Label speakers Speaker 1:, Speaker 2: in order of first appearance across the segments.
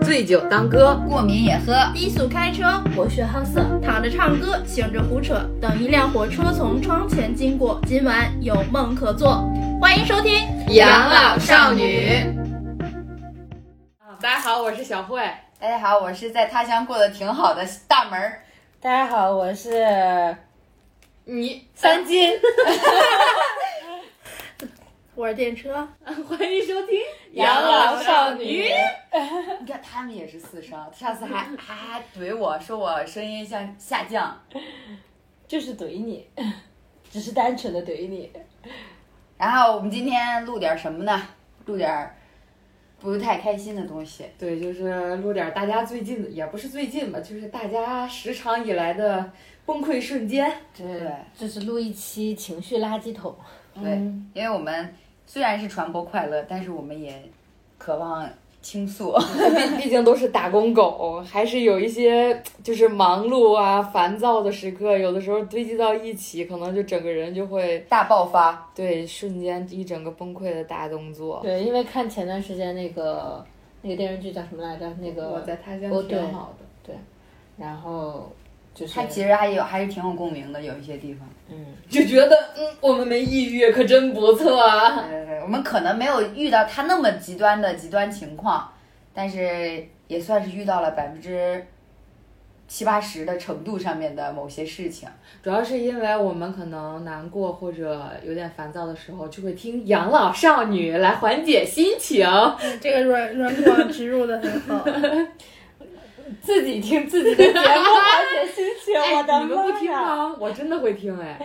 Speaker 1: 醉酒当歌，
Speaker 2: 过敏也喝。
Speaker 3: 低速开车，博学好色，躺着唱歌，醒着胡扯。等一辆火车从窗前经过，今晚有梦可做。欢迎收听《
Speaker 1: 养老少女》。
Speaker 4: 啊
Speaker 1: 大家好，我是小慧。
Speaker 2: 大家好，我是在他乡过得挺好的大门儿。
Speaker 5: 大家好，我是
Speaker 1: 你
Speaker 5: 三金。
Speaker 3: 我是电车，
Speaker 1: 欢迎收 听《
Speaker 5: 养老少女》。
Speaker 2: 你看他们也是四声，上次还还还怼我说我声音像下降，
Speaker 5: 就是 怼你，只是单纯的怼你。
Speaker 2: 然后我们今天录点什么呢？录点儿不太开心的东西。
Speaker 1: 对，就是录点大家最近的，也不是最近吧，就是大家时常以来的 崩溃瞬间。
Speaker 2: 对
Speaker 5: 就是录一期情绪垃圾桶。
Speaker 2: 对，因为我们虽然是传播快乐，但是我们也渴望倾诉。
Speaker 4: 毕 毕竟都是打工狗，还是有一些就是忙碌啊、烦躁的时刻，有的时候堆积到一起，可能就整个人就会
Speaker 2: 大爆发，
Speaker 4: 对瞬间一整个崩溃的大动作。
Speaker 5: 对，因为看前段时间那个那个电视剧叫什么来着？那个
Speaker 1: 我在他乡
Speaker 5: 哦对
Speaker 1: 挺好的。
Speaker 5: 然后就是
Speaker 2: 他其实还有还是挺有共鸣的，有一些地方。
Speaker 5: 嗯，
Speaker 4: 就觉得嗯，我们没抑郁可真不错啊。
Speaker 2: 对对对，我们可能没有遇到他那么极端的极端情况，但是也算是遇到了百分之七八十的程度上面的某些事情。
Speaker 4: 主要是因为我们可能难过或者有点烦躁的时候，就会听养老少女来缓解心 情。哎
Speaker 3: 这个软软广植入的很好。
Speaker 5: 自己听自己的节目缓解心 情，
Speaker 1: 哎
Speaker 5: 我的
Speaker 4: 你们
Speaker 5: 妈
Speaker 4: 不听
Speaker 5: 呀！
Speaker 4: 吗？我真的会听哎。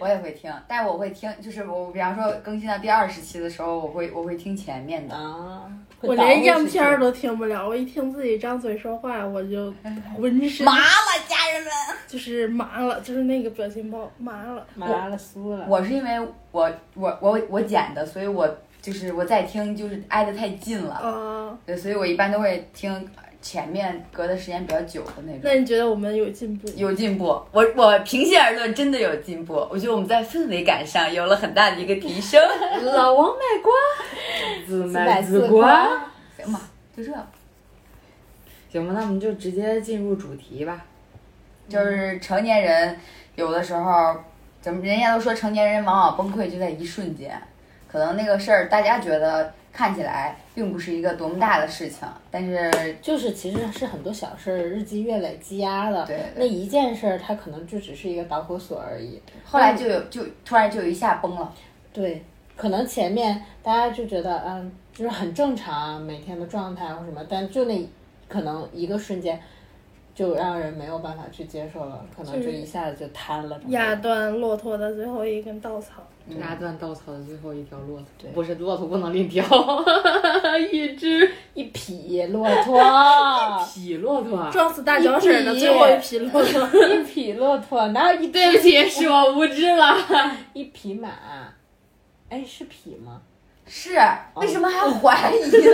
Speaker 2: 我也会听，但是我会听，就是我比方说更新到第二十期的时候，我会我会听前面的。
Speaker 5: 啊，
Speaker 3: 我连样片儿都听不了，我一听自己张嘴说话，我就浑身
Speaker 2: 麻了，家人们！
Speaker 3: 就是麻了，就是那个表情包麻了。
Speaker 5: 麻了酥了。
Speaker 2: 我是因为我我我我剪的，所以我就是我在听，就是挨得太近了，
Speaker 3: 啊、
Speaker 2: 对，所以我一般都会听前面隔的时间比较久的那种。
Speaker 3: 那你觉得我们有进步？
Speaker 2: 有进步，我我平心而论，真的有进步。我觉得我们在氛围感上有了很大的一个提 升。
Speaker 4: 老王卖瓜，自卖自
Speaker 5: 自卖自
Speaker 4: 夸。
Speaker 5: 夸
Speaker 2: 行吧，就这，
Speaker 4: 行吧，那我们就直接进入主题吧。
Speaker 2: 就是成年人有的时候，怎么人家都说成年人往往崩溃就在一瞬间，可能那个事儿大家觉得看起来并不是一个多么大的事情，但是
Speaker 5: 就是其实是很多小事儿日积月累积压的，
Speaker 2: 对对
Speaker 5: 那一件事儿它可能就只是一个导火索而已。
Speaker 2: 后来就有就突然就有一下崩了。
Speaker 5: 对，可能前面大家就觉得嗯，就是很正常每天的状态或什么，但就那可能一个瞬间就让人没有办法去接受了，可能
Speaker 3: 就
Speaker 5: 就是一下子就瘫了。
Speaker 3: 压断骆驼的最后一根稻草。
Speaker 4: 拉断稻草的最后一条骆驼
Speaker 5: 对，
Speaker 4: 不是骆驼不能另挑， 一只，
Speaker 5: 一匹骆驼
Speaker 4: 匹骆
Speaker 1: 啊
Speaker 4: 驼。啊
Speaker 3: 撞死大脚婶的最后一匹骆驼。
Speaker 5: 一匹骆驼，哪有一
Speaker 4: 对啊不起，是我无知了。
Speaker 5: 一匹马？哎，是匹吗？
Speaker 2: 是，啊为什么还要怀疑呢？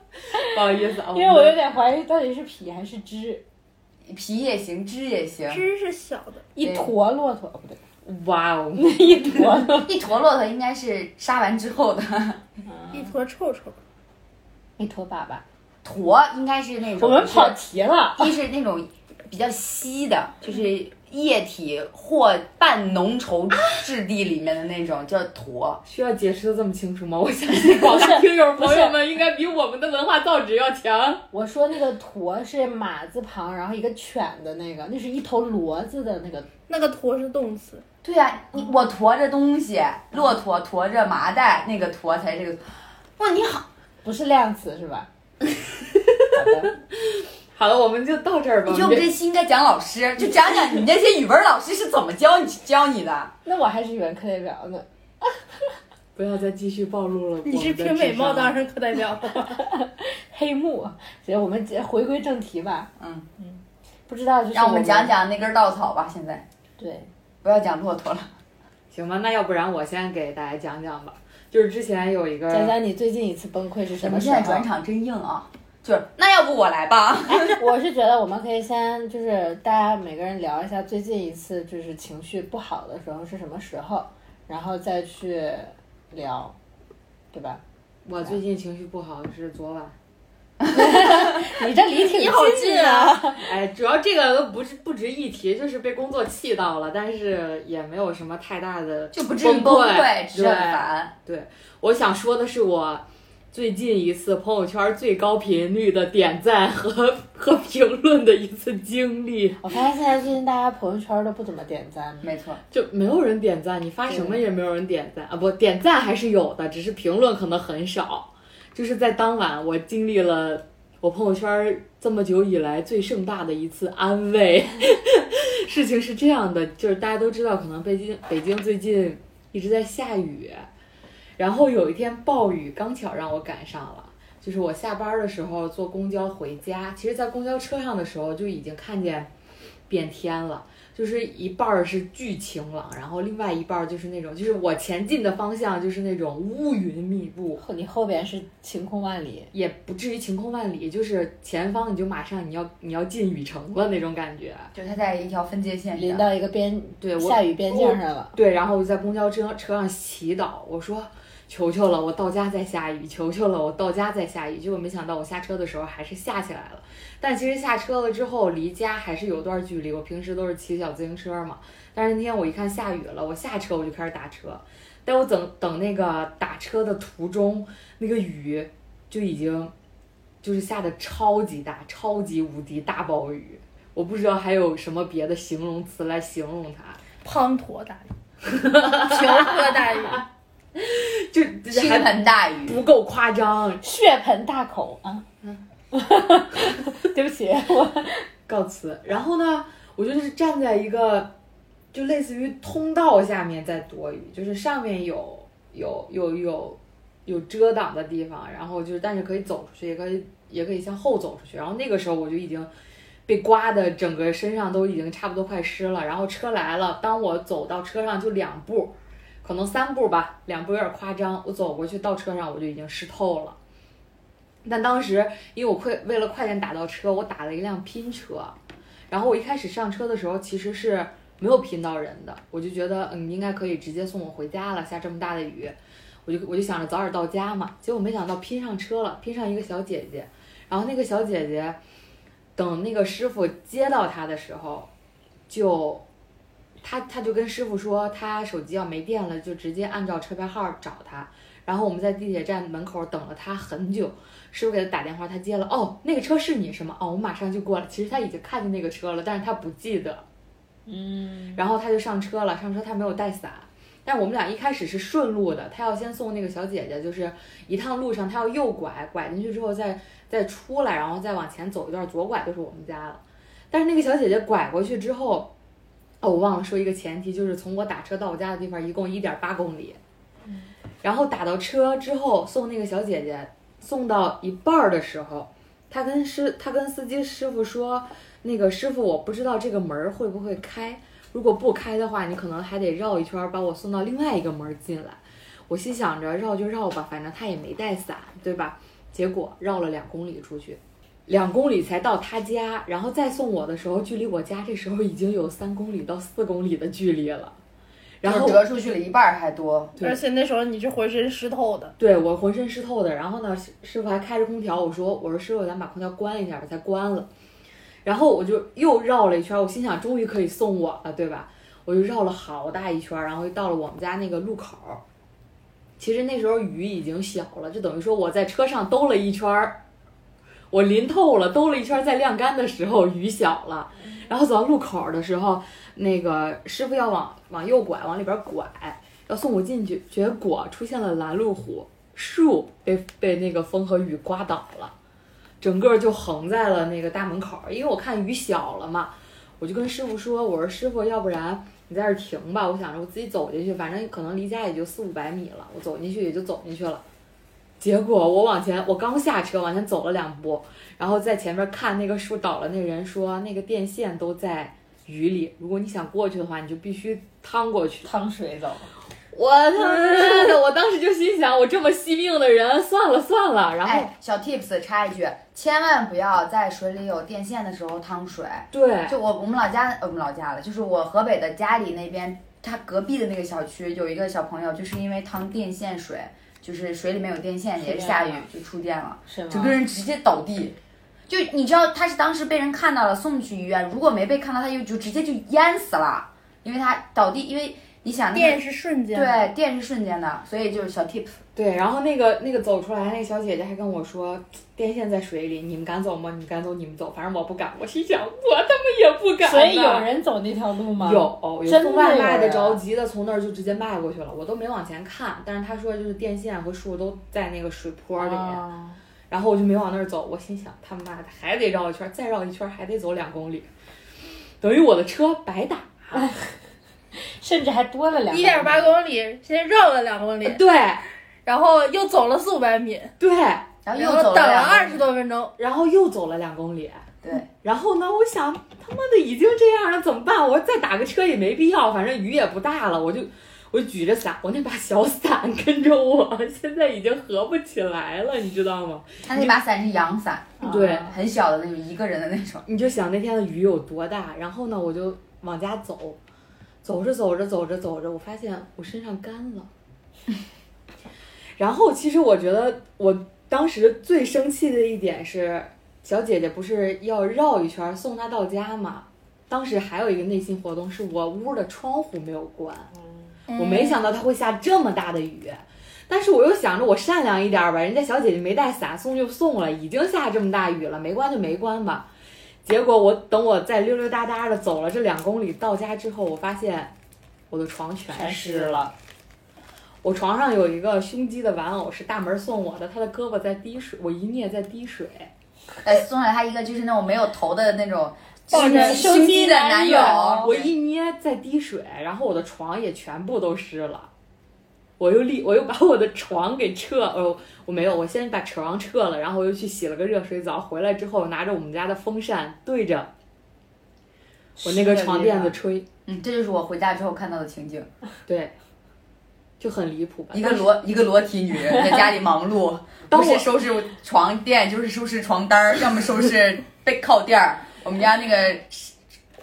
Speaker 4: 不好意思啊，
Speaker 5: 因为我有点怀疑到底是匹还是只。
Speaker 2: 皮也行，枝也行，
Speaker 3: 枝是小的，
Speaker 5: 一坨骆驼，哦不对，
Speaker 4: 们哇哦，
Speaker 5: 一坨
Speaker 2: 一坨骆驼应该是杀完之后的
Speaker 3: 一坨臭臭。
Speaker 5: 一坨粑粑。
Speaker 2: 驼，应该是那
Speaker 5: 我
Speaker 2: 种
Speaker 5: 们
Speaker 2: 就是
Speaker 5: 跑题了，
Speaker 2: 一是那种比较稀的，就是液体或半浓稠质地里面的那种叫坨。
Speaker 4: 需要解释的这么清楚吗？ 我相信广大听友朋友们应该比我们的文化造诣要强。
Speaker 5: 我说那个驼是马字旁，然后一个犬的那个，那是一头骡子的那个。
Speaker 3: 那个驼是动词，
Speaker 2: 对呀、啊，你我驮着东西，骆驼驮着麻袋，那个驮才是这个。哇，你好，
Speaker 5: 不是量词是 吧？好的，
Speaker 4: 好了，我们就到这儿吧。
Speaker 2: 我觉得我们这期应该讲老师，就讲讲你那些语文老师是怎么教你教你 的。
Speaker 5: 那我还是语文课代表呢。
Speaker 4: 不要再继续暴露了。
Speaker 3: 你是凭美貌当。上课代表了。
Speaker 5: 黑幕，行，我们回归正题吧。
Speaker 2: 嗯
Speaker 5: 嗯，不知道就是
Speaker 2: 让我们讲
Speaker 5: 讲。
Speaker 2: 讲那根稻草吧，现在
Speaker 5: 对，
Speaker 2: 不要讲骆驼 了。
Speaker 4: 行吧，那要不然我先给大家讲讲吧。就是之前有一个，
Speaker 5: 讲讲你最近一次崩溃
Speaker 2: 哎
Speaker 5: 是
Speaker 2: 我
Speaker 5: 什么
Speaker 2: 们
Speaker 5: 时
Speaker 2: 现
Speaker 5: 候？
Speaker 2: 在转场真硬啊，就是那要不我来吧。
Speaker 5: 我是觉得我们可以先就是大家每个人聊一下最近一次就是情绪不好的时候是什么时候，然后再去聊，对吧？
Speaker 4: 我最近情绪不好是昨晚，
Speaker 5: 你这离挺
Speaker 3: 你好近啊！
Speaker 1: 哎，主要这个都不是不值一提，就是被工作气到了，但是也没有什么太大的。
Speaker 2: 就不至于崩
Speaker 1: 崩溃
Speaker 2: 溃，只是很
Speaker 1: 对
Speaker 2: 烦。
Speaker 1: 我想说的是，我最近一次朋友圈最高频率的点赞和和评论的一次经历，
Speaker 5: 我发现现在最近大家朋友圈都不怎么点赞，
Speaker 2: 没错，
Speaker 1: 就没有人点赞，你发什么也没有人点赞啊！不，点赞还是有的，只是评论可能很少。就是在当晚，我经历了我朋友圈这么久以来最盛大的一次安慰。 事情是这样的，就是大家都知道，可能北京北京最近一直在下雨，然后有一天暴雨刚巧让我赶上了。就是我下班的时候坐公交回家，其实，在公交车上的时候就已经看见变天了。就是一半儿是巨晴朗，然后另外一半儿就是那种，就是我前进的方向就是那种乌云密布，
Speaker 5: 你后边是晴空万里，
Speaker 1: 也不至于晴空万里，就是前方你就马上你要你要进雨城了那种感觉。
Speaker 2: 就它在一条分界线
Speaker 5: 临
Speaker 2: 上，
Speaker 5: 到一个边
Speaker 1: 哎对我
Speaker 5: 下雨边境上了。
Speaker 1: 对，然后我就在公交车车上祈祷，我说求求了，我到家再下雨，求求了，我到家再下雨。结果没想到我下车的时候还是下起来了，但其实下车了之后离家还是有段距离，我平时都是骑小自行车嘛，但是那天我一看下雨了，我下车我就开始打车，但我等等那个打车的途中，那个雨就已经就是下的超级大，超级无敌大暴雨。我不知道还有什么别的形容词来形容它，
Speaker 3: 滂沱大雨，瓢泼大雨，
Speaker 1: 就
Speaker 2: 倾
Speaker 1: 还
Speaker 2: 盆大雨。
Speaker 1: 不够夸张，
Speaker 5: 血盆大口啊！嗯， 对不起，我
Speaker 1: 告辞。然后呢，我就是站在一个就类似于通道下面在躲雨，就是上面有有有有有遮挡的地方，然后就是但是可以走出去，也可以也可以向后走出去。然后那个时候我就已经。被刮的整个身上都已经差不多快湿了，然后车来了，当我走到车上就两步，可能三步吧，两步有点夸张。我走过去到车上我就已经湿透了，但当时因为我快为了快点打到车，我打了一辆拼车，然后我一开始上车的时候其实是没有拼到人的，我就觉得嗯应该可以直接送我回家了，下这么大的雨，我就我就想着早点到家嘛，结果没想到拼上车了，拼上一个小姐姐，然后那个小姐姐等那个师傅接到她的时候，就。她她就跟师傅说，她手机要没电了，就直接按照车牌号找她。然后我们在地铁站门口等了她很久，师傅给他打电话，他接了。哦，那个车是你是吗？哦，我马上就过来。其实他已经看见那个车了，但是他不记得。嗯。然后他就上车了，上车他没有带伞。但我们俩一开始是顺路的，他要先送那个小姐姐，就是一趟路上他要右拐，拐进去之后再再出来，然后再往前走一段，左拐就是我们家了。但是那个小姐姐拐过去之后，哦，我忘了说一个前提，就是从我打车到我家的地方一共一点八公里，然后打到车之后送那个小姐姐送到一半儿的时候，他跟师他跟司机师傅说，那个师傅我不知道这个门儿会不会开，如果不开的话，你可能还得绕一圈儿把我送到另外一个门儿进来。我心想着绕就绕吧，反正他也没带伞，对吧？结果绕了两公里出去，两公里才到他家，然后再送我的时候，距离我家这时候已经有三公里到四公里的距离了。然后
Speaker 2: 就折出去了一半儿还多，
Speaker 1: 对
Speaker 3: 而且那时候你是浑身湿透的，
Speaker 1: 对我浑身湿透的，然后呢，师师傅还开着空调，我说我说师傅，咱把空调关一下吧，才关了。然后我就又绕了一圈，我心想终于可以送我了，对吧？我就绕了好大一圈，然后就到了我们家那个路口。其实那时候雨已经小了，就等于说我在车上兜了一圈儿，我淋透了，兜了一圈儿，在晾干的时候雨小了，然后走到路口的时候，那个师傅要往往右拐，往里边拐，要送我进去，结果出现了拦路虎，树被被那个风和雨刮倒了，整个就横在了那个大门口儿。因为我看雨小了嘛，我就跟师傅说：“我说师傅，要不然你在这儿停吧，我想着我自己走进去，反正可能离家也就四五百米了，我走进去也就走进去了。”结果我往前，我刚下车往前走了两步，然后在前面看那个树倒了，那人说那个电线都在雨里，如果你想过去的话，你就必须趟过去。
Speaker 5: 趟水走。
Speaker 1: 我他妈的，我当时就心想，我这么惜命的人，算了算了。然后，
Speaker 2: 哎，小 tips 插一句，千万不要在水里有电线的时候趟水。
Speaker 1: 对，
Speaker 2: 就我我们老家，呃我们老家了，就是我河北的家里那边，他隔壁的那个小区有一个小朋友，就是因为趟电线水，就是水里面有电线，也是下雨就触电了，
Speaker 5: 是吗？
Speaker 2: 整个人直接倒地。就你知道他是当时被人看到了，送去医院。如果没被看到，他就就直接就淹死了，因为他倒地，因为你想那
Speaker 3: 电
Speaker 2: 个
Speaker 3: 是瞬间的，
Speaker 2: 对电是瞬间的，所以就是小 tips。
Speaker 1: 对，然后那个那个走出来那个小姐姐还跟我说，电线在水里，你们敢走吗？你们敢走，你们走，反正我不敢。我心想，我他妈也不敢呢。
Speaker 5: 所以有人走那条路吗？，
Speaker 1: 有有
Speaker 5: 真
Speaker 1: 送
Speaker 5: 的
Speaker 1: 外
Speaker 5: 有
Speaker 1: 卖的
Speaker 5: 人啊
Speaker 1: 着急的，从那儿就直接迈过去了，我都没往前看。但是他说就是电线和树都在那个水坡里，
Speaker 5: 啊、
Speaker 1: 然后我就没往那儿走。我心想，他妈的还得绕一圈，再绕一圈还得走两公里，等于我的车白 打。
Speaker 5: 甚至还多了两
Speaker 3: 一点八公里，先绕了两公里，
Speaker 1: 对
Speaker 3: 然后又走了四五百米，
Speaker 1: 对，
Speaker 2: 然后
Speaker 3: 然
Speaker 2: 又
Speaker 3: 后
Speaker 2: 走
Speaker 3: 等了
Speaker 2: 两
Speaker 3: 二
Speaker 2: 公
Speaker 3: 十
Speaker 2: 里，
Speaker 3: 多分钟，
Speaker 1: 然后又走了两公里。
Speaker 2: 对，
Speaker 1: 然后呢，我想他妈的已经这样了，怎么办？我说再打个车也没必要，反正雨也不大了，我就我就举着伞，我那把小伞跟着我， 现在已经合不起来了，你知道吗？
Speaker 2: 他那把伞是阳伞，
Speaker 1: 对
Speaker 5: 啊
Speaker 2: 很小的那种，一个人的那种。
Speaker 1: 你就想那天的雨有多大，然后呢，我就往家走，走着走着走着走着，我发现我身上干了。 然后其实我觉得我当时最生气的一点是，小姐姐不是要绕一圈送她到家嘛？当时还有一个内心活动是我屋的窗户没有关，嗯
Speaker 5: 嗯
Speaker 1: 我没想到它会下这么大的雨。但是我又想着我善良一点儿吧，人家小姐姐没带伞，送就送了，已经下这么大雨了，没关就没关吧。结果我等我再溜溜达达的走了这两公里到家之后，我发现我的床全
Speaker 5: 全
Speaker 1: 湿
Speaker 5: 湿
Speaker 1: 了。
Speaker 5: 了，
Speaker 1: 我床上有一个胸肌的玩偶，是大门送我的，他的胳膊在滴水，我一捏在滴水。
Speaker 2: 呃，送了他一个就是那种没有头的那种
Speaker 5: 抱着
Speaker 2: 胸
Speaker 5: 胸
Speaker 2: 肌
Speaker 5: 肌
Speaker 2: 的
Speaker 5: 男
Speaker 2: 友，
Speaker 5: 友
Speaker 1: 我一捏在滴水，然后我的床也全部都湿了。我又立，我又把我的床给撤，呃，我没有，我先把床撤了，然后我又去洗了个热水澡，回来之后拿着我们家的风扇对着我那个床垫子吹，
Speaker 2: 嗯，这就是我回家之后看到的情景，
Speaker 1: 对，就很离谱吧？
Speaker 2: 一个裸一个裸体女人在家里忙 碌，
Speaker 1: 当
Speaker 2: 不
Speaker 1: 我
Speaker 2: 是收拾床垫，就是收拾床单儿，要么收 拾被靠垫儿。我们家那个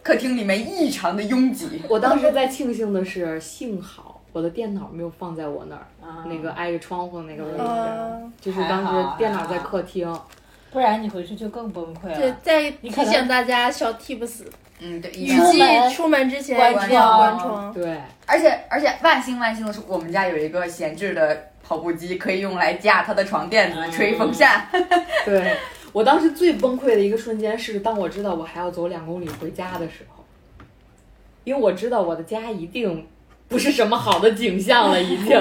Speaker 2: 客厅里面异常的拥挤，
Speaker 1: 我当时在庆幸的是，幸好我的电脑没有放在我那儿，
Speaker 5: 啊
Speaker 1: 那个挨着窗户那个位置，
Speaker 3: 嗯
Speaker 1: 就是当
Speaker 5: 还好
Speaker 1: 时电脑在客厅。
Speaker 5: 不然你回去就更崩溃
Speaker 3: 对
Speaker 5: 了。，
Speaker 3: 再
Speaker 5: 你
Speaker 3: 提
Speaker 5: 可能
Speaker 3: 醒大家小 tips，
Speaker 2: 嗯，对，一
Speaker 3: 雨
Speaker 2: 样
Speaker 5: 出门
Speaker 3: 季出门之前
Speaker 5: 关
Speaker 3: 一定要关
Speaker 2: 窗
Speaker 3: 窗。
Speaker 1: 对，
Speaker 2: 而且而且万幸万幸的是，我们家有一个闲置的跑步机，可以用来架他的床垫子、吹风扇。
Speaker 1: 对我当时最崩溃的一个瞬间是，当我知道我还要走两公里回家的时候，因为我知道我的家一定不是什么好的景象了，已经，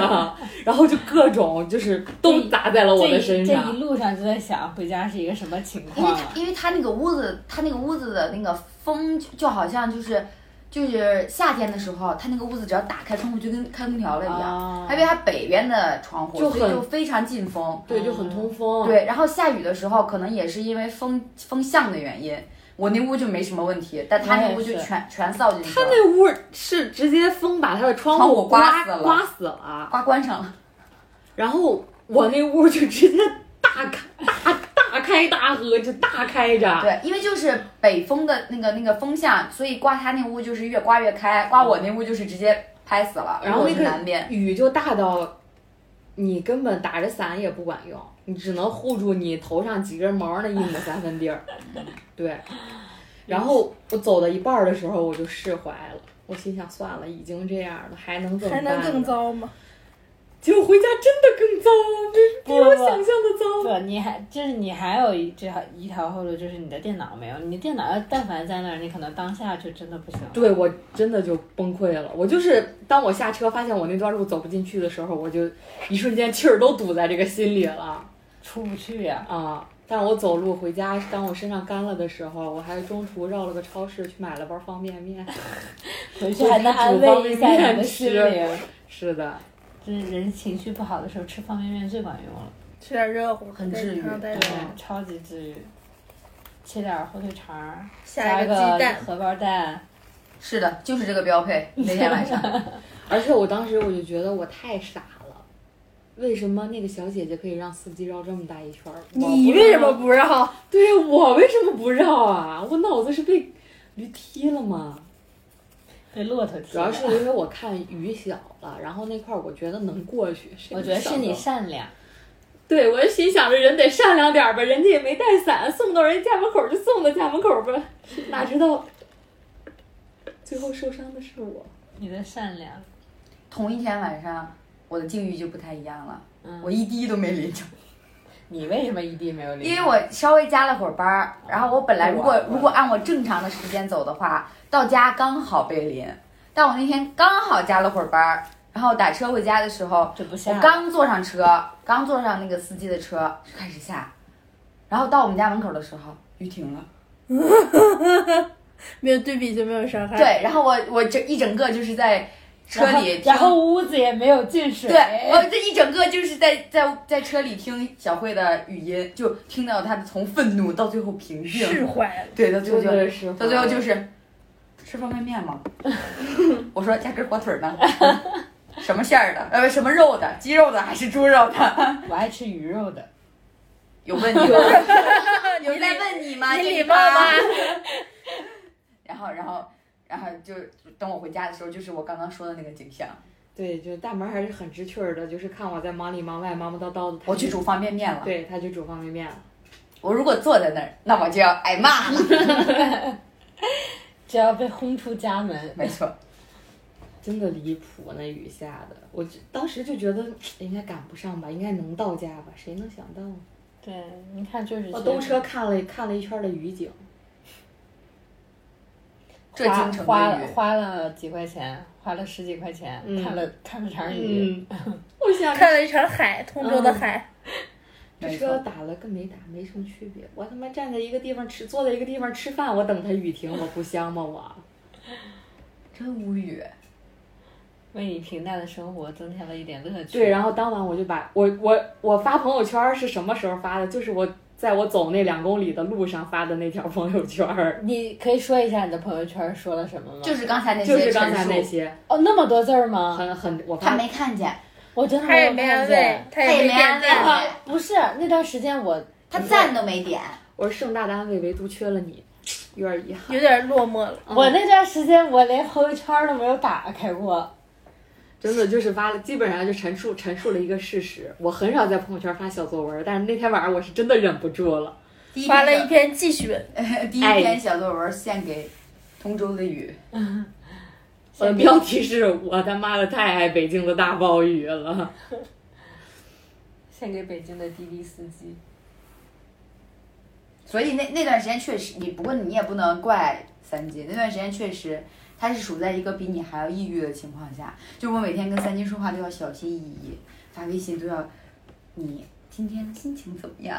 Speaker 1: 然后就各种就是都砸在了我的身
Speaker 5: 这一
Speaker 1: 上。
Speaker 5: 路上就在想回家是一个什么情
Speaker 2: 因为
Speaker 5: 况
Speaker 2: 他
Speaker 5: 啊？
Speaker 2: 因为他那个屋子，他那个屋子的那个风就就好像就是就是夏天的时候，他那个屋子只要打开窗户就跟开空调了一样。
Speaker 5: 啊
Speaker 2: 还因为它北边的窗户，
Speaker 1: 就
Speaker 2: 所以
Speaker 1: 很
Speaker 2: 就非常进风。
Speaker 1: 对，就很通风。
Speaker 2: 对，然后下雨的时候，可能也是因为风风向的原因，我那屋就没什么问题，但他那屋就
Speaker 5: 我也是
Speaker 2: 全全扫进去
Speaker 1: 他
Speaker 2: 了，
Speaker 1: 那屋是直接风把他的窗
Speaker 2: 窗
Speaker 1: 户
Speaker 2: 户
Speaker 1: 刮
Speaker 2: 刮死了
Speaker 1: 刮死了，
Speaker 2: 刮关上了。
Speaker 1: 然后我那屋就直接大开大大开大合，就大开着。
Speaker 2: 对，因为就是北风的那个那个风向，所以刮他那屋就是越刮越开，刮我那屋就是直接拍死了。
Speaker 1: 然后那
Speaker 2: 因为我是南边
Speaker 1: 个雨就大到，你根本打着伞也不管用，你只能护住你头上几根毛儿的一亩三分地儿。对，然后我走到一半儿的时候，我就释怀了。我心想，算了，已经这样了，还能怎么
Speaker 3: 还
Speaker 1: 办？
Speaker 3: 能更。糟吗？
Speaker 1: 结果回家真的更糟，比比
Speaker 5: 不
Speaker 1: 我
Speaker 5: 不
Speaker 1: 想象的糟。
Speaker 5: 不，你还就是你还有一这条一条后路，就是你的电脑没有，你电脑要但凡在那儿，你可能当下就真的不行。
Speaker 1: 对我真的就崩溃了。我就是当我下车发现我那段路走不进去的时候，我就一瞬间气儿都堵在这个心里了
Speaker 5: 出不去呀、
Speaker 1: 啊！但我走路回家，当我身上干了的时候，我还中途绕了个超市去买了包方便面。
Speaker 5: 回去还能安慰一下你的心
Speaker 1: 我
Speaker 5: 灵。
Speaker 1: 是的，
Speaker 5: 就是人情绪不好的时候吃方便面最管用了，
Speaker 3: 吃点热乎，
Speaker 2: 很治愈
Speaker 3: 然后再
Speaker 1: 对
Speaker 5: 嗯超级治愈。切点儿火腿肠儿，
Speaker 3: 下
Speaker 5: 加
Speaker 3: 一个鸡蛋，
Speaker 5: 荷包蛋，
Speaker 2: 是的，就是这个标配。那天晚上，
Speaker 1: 而且我当时我就觉得我太傻了，为什么那个小姐姐可以让司机绕这么大一圈儿？我
Speaker 3: 你
Speaker 1: 不
Speaker 3: 为
Speaker 1: 让
Speaker 3: 什么不让？
Speaker 1: 对我为什么不绕啊？我脑子是被驴踢了吗？
Speaker 5: 被骆驼踢
Speaker 1: 主要是因为我看雨小了，然后那块儿我觉得能过去。谁
Speaker 5: 我觉得
Speaker 1: 想
Speaker 5: 是
Speaker 1: 到
Speaker 5: 你善良，
Speaker 1: 对，我就心想着人得善良点儿吧，人家也没带伞，送到人家家门口儿就送到家门口儿吧，哪知道最后受伤的是我。
Speaker 5: 你的善良，
Speaker 2: 同一天晚上，我的境遇就不太一样了，
Speaker 5: 嗯
Speaker 2: 我一滴都没淋着。
Speaker 5: 你为什么一滴没有淋？哦
Speaker 2: 因为我稍微加了会儿班儿，然后我本来如果
Speaker 5: 哇哇
Speaker 2: 如果按我正常的时间走的话，到家刚好被淋，但我那天刚好加了会儿班儿，然后打车回家的时候，
Speaker 5: 这不下
Speaker 2: 我刚坐上车，刚坐上那个司机的车就开始下，然后到我们家门口的时候雨停了，
Speaker 3: 没有对比就没有伤
Speaker 5: 嗯
Speaker 3: 害。，
Speaker 2: 对，然后我我这一整个就是在车里听
Speaker 5: 然后然后屋子也没有进水，
Speaker 2: 对，我这一整个就是在在在车里听小慧的语音，就听到她的从愤怒到最后平静，
Speaker 3: 释怀了。
Speaker 2: 对，到最后就
Speaker 4: 真的是
Speaker 2: 到最后就是吃方便面吗？ 我说加根火腿呢， 什么馅儿的？呃，什么肉的？鸡肉的还是猪肉的？
Speaker 5: 我爱吃鱼肉的，
Speaker 2: 有 问题吗？有在问你吗？
Speaker 3: 你
Speaker 2: 这
Speaker 3: 礼
Speaker 2: 一
Speaker 3: 貌
Speaker 2: 趴
Speaker 3: 吗？
Speaker 2: 然后，然后，然后就等我回家的时候，就是我刚刚说的那个景象，
Speaker 1: 对，就是大门还是很知趣儿的，就是看我在忙里忙外、忙忙叨叨的。
Speaker 2: 我去，煮方便面了。
Speaker 1: 对，他去煮方便面了。
Speaker 2: 我如果坐在那儿，那我就要挨骂了。
Speaker 5: 就要被轰出家门。
Speaker 2: 没错，
Speaker 1: 真的离谱，那雨下的，我就当时就觉得应该赶不上吧，应该能到家吧，谁能想到呢？
Speaker 5: 对，你看就是
Speaker 1: 我兜车看了看了一圈儿的雨景，
Speaker 2: 这
Speaker 5: 花
Speaker 2: 京城
Speaker 5: 花
Speaker 2: 的
Speaker 5: 了
Speaker 2: 雨，
Speaker 5: 花了几块钱，花了十几块钱、
Speaker 1: 嗯
Speaker 5: 看了看了场雨，，
Speaker 1: 我想
Speaker 3: 看了一场海，通州的海。
Speaker 1: 这
Speaker 2: 没
Speaker 1: 车
Speaker 2: 错，
Speaker 1: 打了跟没打没什么区别。我他妈站在一个地方吃，坐在一个地方吃饭，我等它雨停，我不香吗？ 我
Speaker 2: 真无语。
Speaker 5: 为你平淡的生活增添了一点乐趣。
Speaker 1: 对，然后当晚我就把我我我发朋友圈儿是什么时候发的？就是我在我走那两公里的路上发的那条朋友圈儿，
Speaker 5: 你可以说一下你的朋友圈说了什么吗？
Speaker 2: 就是刚才那
Speaker 1: 就
Speaker 2: 些嗯
Speaker 1: 是刚
Speaker 2: 陈
Speaker 1: 才那
Speaker 2: 述，嗯
Speaker 1: 些，
Speaker 5: 哦，那么多字儿吗？
Speaker 1: 很很我
Speaker 2: 他
Speaker 1: 发
Speaker 2: 没看见，
Speaker 5: 我真的
Speaker 3: 他也
Speaker 5: 有
Speaker 3: 没
Speaker 5: 看
Speaker 3: 安慰
Speaker 5: 见，啊
Speaker 3: 他也没点赞，
Speaker 2: 他也没安慰
Speaker 5: 不是那段时间我
Speaker 2: 他赞都没点。
Speaker 1: 我说盛大的安慰，唯独缺了你，有点遗憾
Speaker 3: 有。点落寞了。
Speaker 5: 我那段时间我连朋友圈都没有打开过，
Speaker 1: 真的就是发了，基本上就陈述陈述了一个事实。我很少在朋友圈发小作文，但是那天晚上我是真的忍不住了。
Speaker 2: 第
Speaker 3: 发了
Speaker 2: 篇小
Speaker 3: 一篇记叙文，
Speaker 2: 第一哎篇小 作文献给通州的雨，
Speaker 1: 我的标题是我他妈的太爱北京的大暴雨了。
Speaker 5: 献给北京的滴滴司机。
Speaker 2: 所以那那段时间确实，你不过你也不能怪三金，那段时间确实他是处在一个比你还要抑郁的情况下，就我每天跟三金说话都要小心翼翼，发微信都要你今天心情怎么样？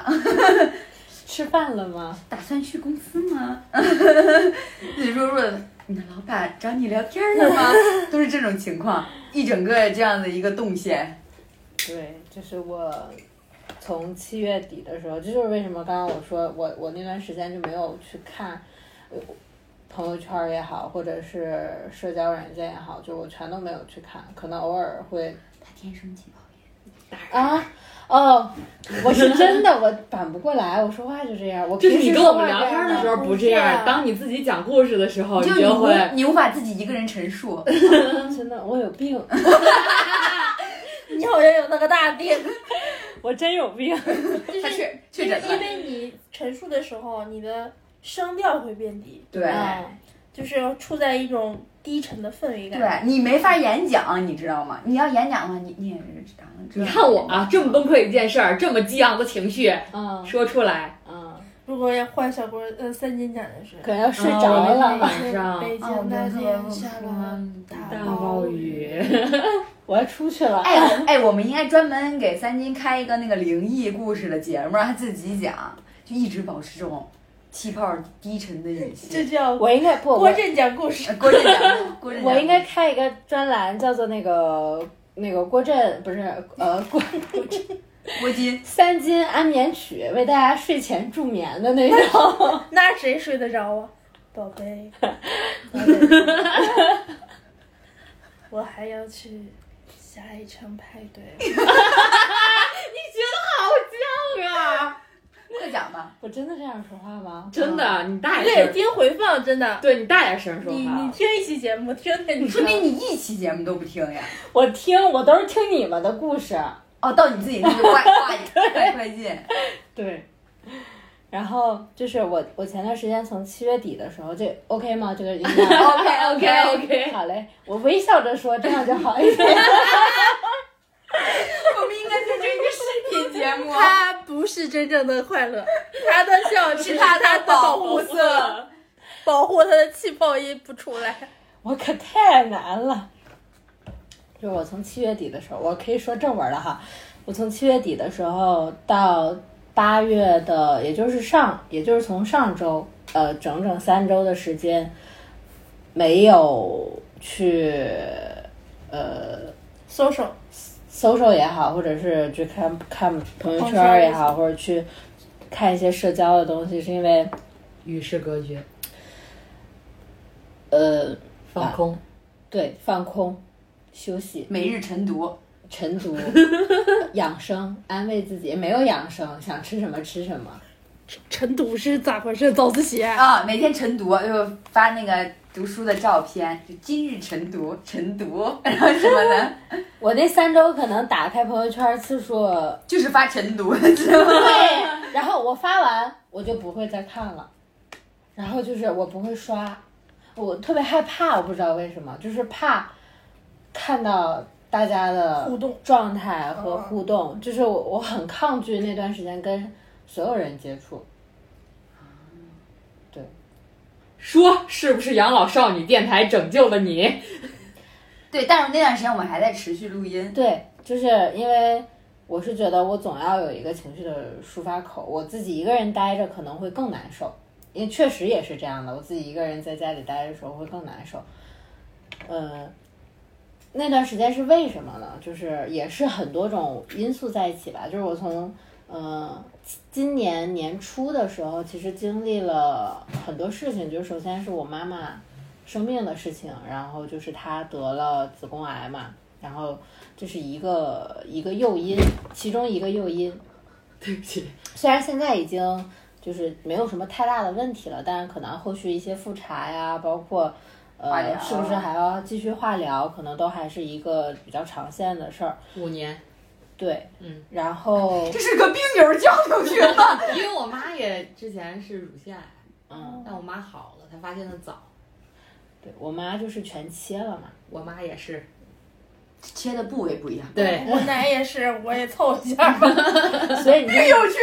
Speaker 5: 吃饭了吗？
Speaker 2: 打算去公司吗？ 你弱弱的，你的老板找你聊天了吗？都是这种情况，一整个这样的一个动线，
Speaker 5: 对，就是我从七月底的时候，这就是为什么刚刚我说我我那段时间就没有去看呃朋友圈儿也好，或者是社交软件也好，就我全都没有去看，可能偶尔会
Speaker 2: 他天生气泡炎。
Speaker 5: 啊。哦，我是真的，我反不过来，我说话就这样。我
Speaker 1: 就
Speaker 5: 平
Speaker 1: 是
Speaker 5: 时
Speaker 1: 你跟我们
Speaker 5: 说话
Speaker 1: 聊天的时候不
Speaker 3: 这
Speaker 1: 这
Speaker 3: 样
Speaker 1: 样，当你自己讲故事的时候，你
Speaker 2: 就你
Speaker 1: 就
Speaker 2: 无
Speaker 1: 会
Speaker 2: 你无法自己一个人陈述，
Speaker 5: 这样真的，我有病，
Speaker 3: 你好像有那个大病，
Speaker 5: 我真有病。
Speaker 2: 他确确
Speaker 3: 因为
Speaker 2: 诊
Speaker 3: 因
Speaker 2: 了。
Speaker 3: 为你陈述的时候，你的声调会变低，
Speaker 2: 对
Speaker 5: 嗯
Speaker 3: 就是处在一种低沉的氛围感。
Speaker 2: 对你没法演讲，你知道吗？你要演讲的话，你你也是知道知道
Speaker 1: 你看我啊，这么崩溃一件事儿，这么激昂的情绪
Speaker 5: 嗯
Speaker 1: 说出来，
Speaker 5: 嗯，
Speaker 3: 如果要换小郭，呃，三金讲的是
Speaker 5: 可能要睡
Speaker 1: 啊
Speaker 5: 着
Speaker 1: 我那
Speaker 5: 了
Speaker 1: 天。晚上
Speaker 3: 北北
Speaker 2: 啊，我
Speaker 3: 京大
Speaker 2: 们
Speaker 3: 街下了
Speaker 1: 大
Speaker 3: 大
Speaker 1: 暴
Speaker 3: 暴
Speaker 1: 雨
Speaker 3: 雨。，
Speaker 5: 我要出去了。
Speaker 2: 哎我哎，我们应该专门给三金开一个那个灵异故事的节目，让他自己讲，就一直保持这种气泡低沉的语
Speaker 3: 这
Speaker 2: 气。
Speaker 3: 叫
Speaker 5: 我应该不，我
Speaker 3: 郭震讲故事，
Speaker 2: 呃郭振讲，郭振讲，
Speaker 5: 我应该开一个专栏，叫做那个那个郭震不是呃郭，
Speaker 2: 郭金
Speaker 5: 三金安眠曲，为大家睡前助眠的那种。
Speaker 3: 那谁睡得着啊，宝 贝？我还要去下一场派对。
Speaker 2: 快讲吧。
Speaker 5: 我真的这样说话吗？
Speaker 1: 真
Speaker 5: 啊，
Speaker 1: 的，你大
Speaker 3: 你
Speaker 1: 点
Speaker 3: 得
Speaker 1: 声，
Speaker 3: 听回放，真的。
Speaker 1: 对你大点声说
Speaker 3: 你你
Speaker 1: 话。
Speaker 3: 听一期节目，听听你
Speaker 2: 说明你一期节目都不听呀？
Speaker 5: 我听我都是听你们的故事，
Speaker 2: 哦，到你自己那个 怪怪怪快进，
Speaker 5: 对。 然后就是我，我前段时间从七月底的时候，这 OK 吗？这个音量
Speaker 2: OK，OK，OK
Speaker 1: OK，OK
Speaker 5: 好嘞，我微笑着说，这样就好一点。
Speaker 2: 我们应该变成一个视频节目。
Speaker 3: 他不是真正的快乐，他的笑只是他的保护色，保护他的气泡音不出来。
Speaker 5: 我可太难了。就是我从七月底的时候，我可以说正文了哈。我从七月底的时候到八月的，也就是上，也就是从上周，呃，整整三周的时间，没有去呃
Speaker 3: 搜搜，
Speaker 5: social 也好，或者是去看看朋
Speaker 3: 朋
Speaker 5: 友
Speaker 3: 友圈
Speaker 5: 圈
Speaker 3: 也
Speaker 5: 也好，或者去看一些社交的东西，是因为
Speaker 1: 与世隔绝，
Speaker 5: 呃，
Speaker 1: 放空。
Speaker 5: 对，放空、休息、
Speaker 2: 每日晨读，
Speaker 5: 晨读、养生，安慰自己，没有养生，想吃什么吃什么。
Speaker 3: 晨读是咋回事？早自习。
Speaker 2: 啊，每天晨读，就发那个读书的照片，就今日晨读，晨读， 然后什么的，
Speaker 5: 我那三周可能打开朋友圈次 数，
Speaker 2: 就是发晨 读，知道吗？
Speaker 5: 对，然后我发完我就不会再看了，然后就是我不会刷，我特别害怕，我不知道为什么，就是怕看到大家的
Speaker 3: 互动嗯
Speaker 5: 状态和互动，就是我我很抗拒那段时间跟所有人接触。对，
Speaker 1: 说是不是养老少女电台拯救了你？
Speaker 2: 对，但是那段时间我们还在持续录音，
Speaker 5: 对，就是因为我是觉得我总要有一个情绪的抒发口，我自己一个人待着可能会更难受，因为确实也是这样的，我自己一个人在家里待着的时候会更难受。呃，那段时间是为什么呢？就是也是很多种因素在一起吧，就是我从。呃，今年年初的时候，其实经历了很多事情，就是首先是我妈妈生病的事情，然后就是她得了子宫癌嘛，然后这是一个一个诱因，其中一个诱因。
Speaker 1: 对不起，
Speaker 5: 虽然现在已经就是没有什么太大的问题了，但是可能后续一些复查呀，包括
Speaker 2: 化疗啊
Speaker 5: 呃，是不是还要继续化疗，可能都还是一个比较长线的事儿。
Speaker 1: 五年，
Speaker 5: 对，
Speaker 1: 嗯，
Speaker 5: 然后
Speaker 2: 这是个病友教出去了。
Speaker 1: 因为我妈也之前是乳腺癌，
Speaker 5: 嗯，
Speaker 1: 但我妈好了，她发现的早。
Speaker 5: 对我妈就是全切了嘛，
Speaker 1: 我妈也是， 嗯
Speaker 2: 切的部位不一样，
Speaker 1: 对，
Speaker 3: 我奶也是，我也凑一下吧。
Speaker 5: 所以你就
Speaker 2: 有缺。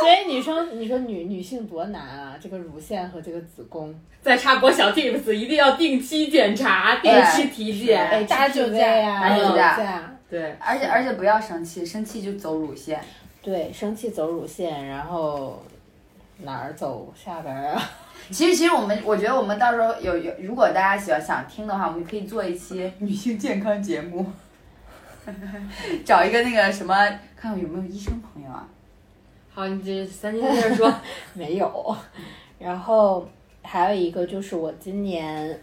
Speaker 5: 所以女生，你说女女性多难啊，这个乳腺和这个子宫
Speaker 1: 再插播小 tips，一定要定期检查，定期体检。
Speaker 5: 哎，
Speaker 3: 打
Speaker 5: 酒
Speaker 3: 酒
Speaker 5: 驾
Speaker 3: 驾
Speaker 5: 呀，
Speaker 2: 打酒
Speaker 5: 酒
Speaker 2: 驾
Speaker 5: 驾，
Speaker 1: 对，
Speaker 2: 而且而且不要生气，生气就走乳腺。
Speaker 5: 对，生气走乳腺，然后哪儿走下边儿啊？
Speaker 2: 其实其实我们我觉得我们到时候有有，如果大家喜欢想听的话，我们可以做一期女性健康节目， 找一个那个什么，看看有没有医生朋友啊。
Speaker 1: 好，你这三金接着说，
Speaker 5: 没有。然后还有一个就是我今年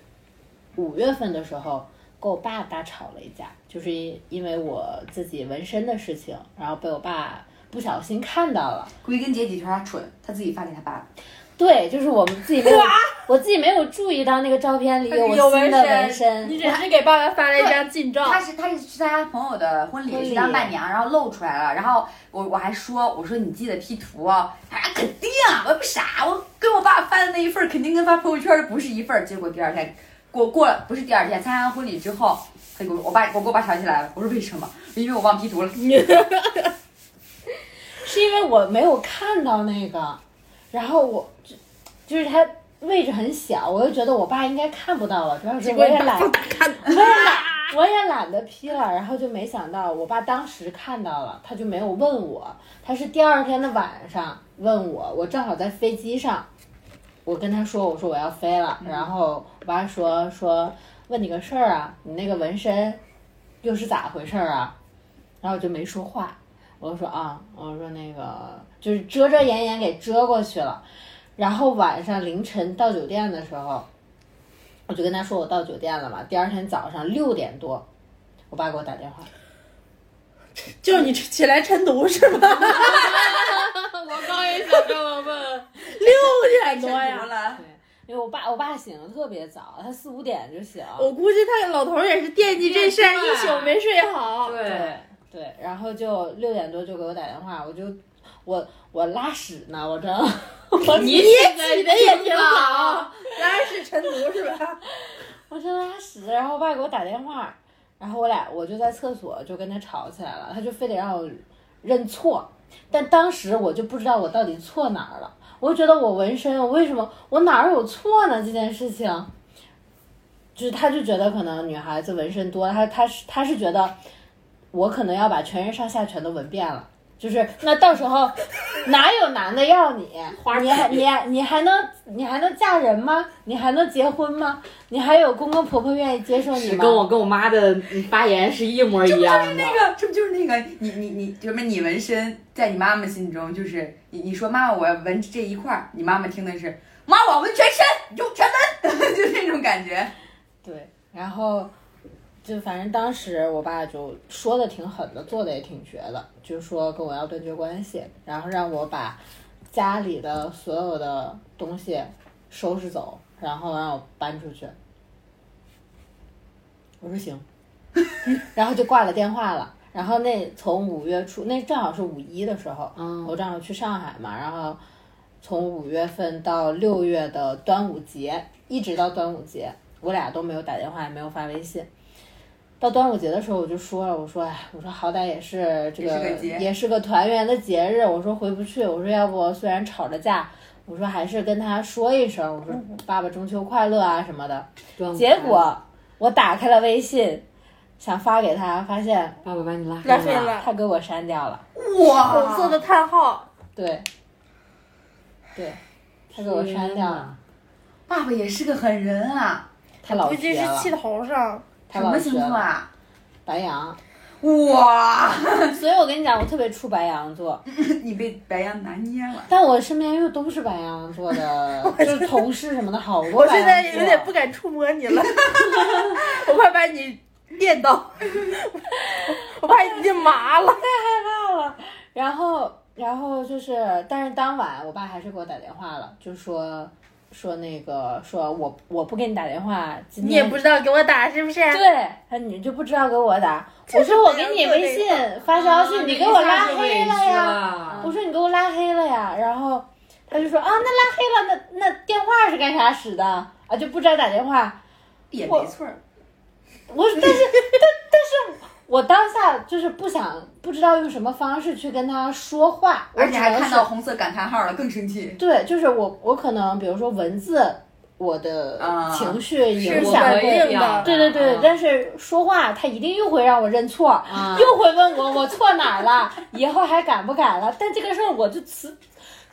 Speaker 5: 五月份的时候跟我爸大吵了一架，就是因因为我自己纹身的事情，然后被我爸不小心看到了。
Speaker 2: 归根结底就是他蠢，他自己发给他爸的。
Speaker 5: 对，就是我们自己没有，我自己没有注意到那个照片里有我
Speaker 3: 有
Speaker 5: 新的
Speaker 3: 纹
Speaker 5: 纹
Speaker 3: 身，
Speaker 5: 身。
Speaker 3: 你只是给爸爸发了一张近照。
Speaker 2: 他是他是去参加朋友的婚
Speaker 5: 婚
Speaker 2: 礼，
Speaker 5: 礼
Speaker 2: 去当伴娘，然后露出来了。然后我我还说我说你记得 P 图啊，他说啊肯定啊，我又不傻，我跟我爸发的那一份儿肯定跟发朋友圈儿的不是一份儿。结果第二天过过了不是第二天，参加完婚礼之后，他给我我爸我给我爸吵起来了。我说为什么？因为我忘 P 图了。
Speaker 5: 是因为我没有看到那个，然后我就就是它位置很小，我就觉得我爸应该看不到了，主要是
Speaker 3: 结
Speaker 5: 我
Speaker 3: 果你
Speaker 5: 也
Speaker 3: 爸
Speaker 5: 懒，
Speaker 3: 不打看，
Speaker 5: 我也懒， 我也懒得 P 了，然后就没想到我爸当时看到了，他就没有问我，他是第二天的晚上问我，我正好在飞机上，我跟他说我说我要飞了，
Speaker 3: 嗯
Speaker 5: 然后我爸说说问你个事儿啊，你那个纹身又是咋回事儿啊？然后我就没说话，我就说啊，我说那个就是遮遮掩掩给遮过去了。然后晚上凌晨到酒店的时候，我就跟他说我到酒店了嘛。第二天早上六点多，我爸给我打电话，
Speaker 3: 就是你起来晨读是吧？
Speaker 1: 我刚也想这么
Speaker 3: 太
Speaker 2: 太
Speaker 3: 多
Speaker 2: 多
Speaker 3: 呀。
Speaker 2: 了。
Speaker 5: 因为我爸我爸醒的特别早，他四五点就醒。
Speaker 3: 我估计他老头儿也是惦记这事儿，一宿没睡好。
Speaker 1: 对，
Speaker 5: 对，然后就六点多就给我打电话，我就我我拉屎呢，我正我
Speaker 3: 你起的也挺
Speaker 1: 啊
Speaker 3: 早，
Speaker 2: 拉屎晨读是吧？
Speaker 5: 我正拉屎，然后我爸给我打电话，然后我俩我就在厕所就跟他吵起来了，他就非得让我认错，但当时我就不知道我到底错哪儿了，我就觉得我纹身，我为什么我哪儿有错呢？这件事情，就是他就觉得可能女孩子纹身多，他他是他是觉得我可能要把全身上下全都纹遍了。就是那到时候哪有男的要你？你还你还你还能你还能嫁人吗？你还能结婚吗？你还有公公婆婆愿意接受你
Speaker 1: 是
Speaker 5: 吗？
Speaker 1: 跟我跟我妈的发言是一模一样的。
Speaker 2: 那个，这不就是那个你你你什么？你纹身在你妈妈心中就是你你说妈妈我要纹这一块儿，你妈妈听的是妈我要纹全身，你就全纹， 就这种感觉。
Speaker 5: 对，然后就反正当时我爸就说的挺狠的，做的也挺绝的，就说跟我要断绝关系，然后让我把家里的所有的东西收拾走，然后让我搬出去。我说行， 然后就挂了电话了。然后那从五月初，那正好是五一的时候，
Speaker 1: 嗯
Speaker 5: 我正好去上海嘛，然后从五月份到六月的端午节，一直到端午节，我俩都没有打电话，也没有发微信。到端午节的时候，我就说了，我说，哎，我说好歹也是这
Speaker 2: 也
Speaker 5: 个，
Speaker 2: 是个节
Speaker 5: 也是个团圆的节日，我说回不去，我说要不虽然吵着架，我说还是跟他说一声，我说爸爸中秋快乐啊什么的。结果我打开了微信，想发给他，发现
Speaker 1: 爸爸把你拉
Speaker 3: 拉
Speaker 1: 黑
Speaker 3: 黑
Speaker 1: 了。
Speaker 3: 了，
Speaker 5: 他给我删掉了。
Speaker 2: 哇，
Speaker 3: 红色的叹号，
Speaker 5: 对，对，他给我删掉了，
Speaker 2: 爸爸也是个狠人啊，
Speaker 5: 他老
Speaker 3: 估计
Speaker 5: 学
Speaker 3: 是
Speaker 5: 了
Speaker 3: 气，头上。
Speaker 5: 他
Speaker 2: 什
Speaker 5: 老
Speaker 2: 么
Speaker 5: 学
Speaker 2: 星座
Speaker 5: 了，
Speaker 2: 啊？
Speaker 5: 白羊。
Speaker 2: 哇，
Speaker 5: 所以我跟你讲，我特别怵白羊座，
Speaker 3: 嗯
Speaker 2: 你被白羊拿捏了。
Speaker 5: 但我身边又都是白羊 座的，就是同事什么的，好多
Speaker 3: 我
Speaker 5: 白
Speaker 3: 现
Speaker 5: 羊
Speaker 3: 在有
Speaker 5: 座
Speaker 3: 点不敢触摸你 了，我怕把你电 到，我怕你麻了。
Speaker 5: 然后，然后就是，但是当晚我爸还是给我打电话了，就说说那个说我我不给你打电话，今
Speaker 3: 你也
Speaker 5: 天
Speaker 3: 不知道给我打是不啊是？
Speaker 5: 对，他你就不知道给我打。
Speaker 3: 这
Speaker 5: 我
Speaker 3: 是
Speaker 5: 说我
Speaker 3: 白
Speaker 5: 给
Speaker 3: 羊
Speaker 5: 你
Speaker 3: 座
Speaker 5: 微
Speaker 3: 这
Speaker 5: 信发消息，你给我拉黑了呀。
Speaker 1: 呀
Speaker 5: 我说你给我拉黑了呀，然后他就说啊，那拉黑了，那那电话是干啥使的啊？就不知道打电话。
Speaker 2: 也
Speaker 5: 我
Speaker 2: 没错儿，
Speaker 5: 我但是但但是我当下就是不想不知道用什么方式去跟他说话，我
Speaker 2: 而且
Speaker 5: 只
Speaker 2: 还
Speaker 5: 能
Speaker 2: 看
Speaker 5: 是
Speaker 2: 到红色感叹号了，更生气。
Speaker 5: 对，就是我我可能比如说文字，我的
Speaker 2: 啊
Speaker 5: 情绪影
Speaker 3: 是
Speaker 5: 响
Speaker 3: 反
Speaker 5: 会。
Speaker 3: 应
Speaker 1: 啊
Speaker 3: 的
Speaker 5: 对对
Speaker 1: 嗯
Speaker 5: 对，但是说话他一定又会让我认错，
Speaker 1: 啊
Speaker 5: 又会问我我错哪儿了，以后还敢不敢了？但这个事儿我就从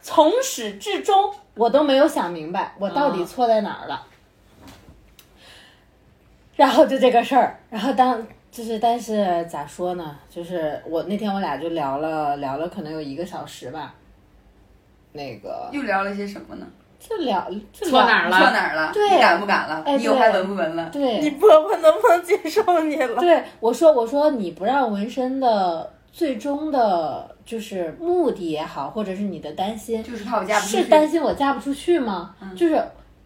Speaker 5: 从始至终我都没有想明白我到
Speaker 1: 嗯
Speaker 5: 底错在哪儿了。然后就这个事儿，然后当就是但是咋说呢？就是我那天我俩就聊了聊了可能有一个小时吧，那个
Speaker 2: 又聊了些什么呢？
Speaker 5: 就聊就
Speaker 1: 错
Speaker 5: 聊
Speaker 1: 哪儿
Speaker 2: 错
Speaker 1: 了？
Speaker 2: 哪儿了？
Speaker 5: 对
Speaker 2: 你敢不敢了？
Speaker 5: 哎
Speaker 2: 你以后
Speaker 5: 对
Speaker 2: 还闻不闻了？
Speaker 5: 对，
Speaker 3: 你婆婆能不能接受你了？
Speaker 5: 对，我说我说你不让纹身的最终的就是目的也好，或者是你的担心，
Speaker 2: 就是怕我嫁不出
Speaker 5: 是
Speaker 2: 去。
Speaker 5: 担心我嫁不出去吗？就是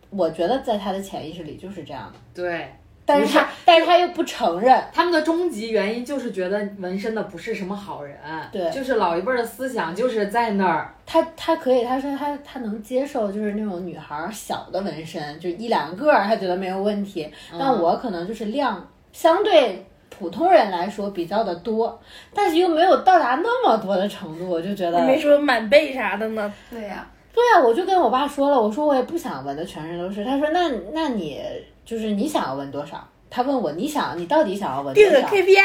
Speaker 5: 我觉得在他的潜意识里就是这样的，
Speaker 1: 对，
Speaker 5: 但是他但是他又不承认，
Speaker 1: 他们的终极原因就是觉得纹身的不是什么好人，
Speaker 5: 对
Speaker 1: 就是老一辈儿的思想就是在那儿，
Speaker 5: 他他可以，他说他他能接受，就是那种女孩儿小的纹身，就一两个儿，他觉得没有问题。但我可能就是量相对普通人来说比较的多，但是又没有到达那么多的程度，我就觉得
Speaker 3: 你哎没说满背啥的呢？
Speaker 2: 对呀、
Speaker 5: 对啊，我就跟我爸说了，我说我也不想纹的全身都是。他说那那你就是你想要纹多少？他问我你想你到底想要纹多
Speaker 3: 定个
Speaker 5: 少
Speaker 3: KPI，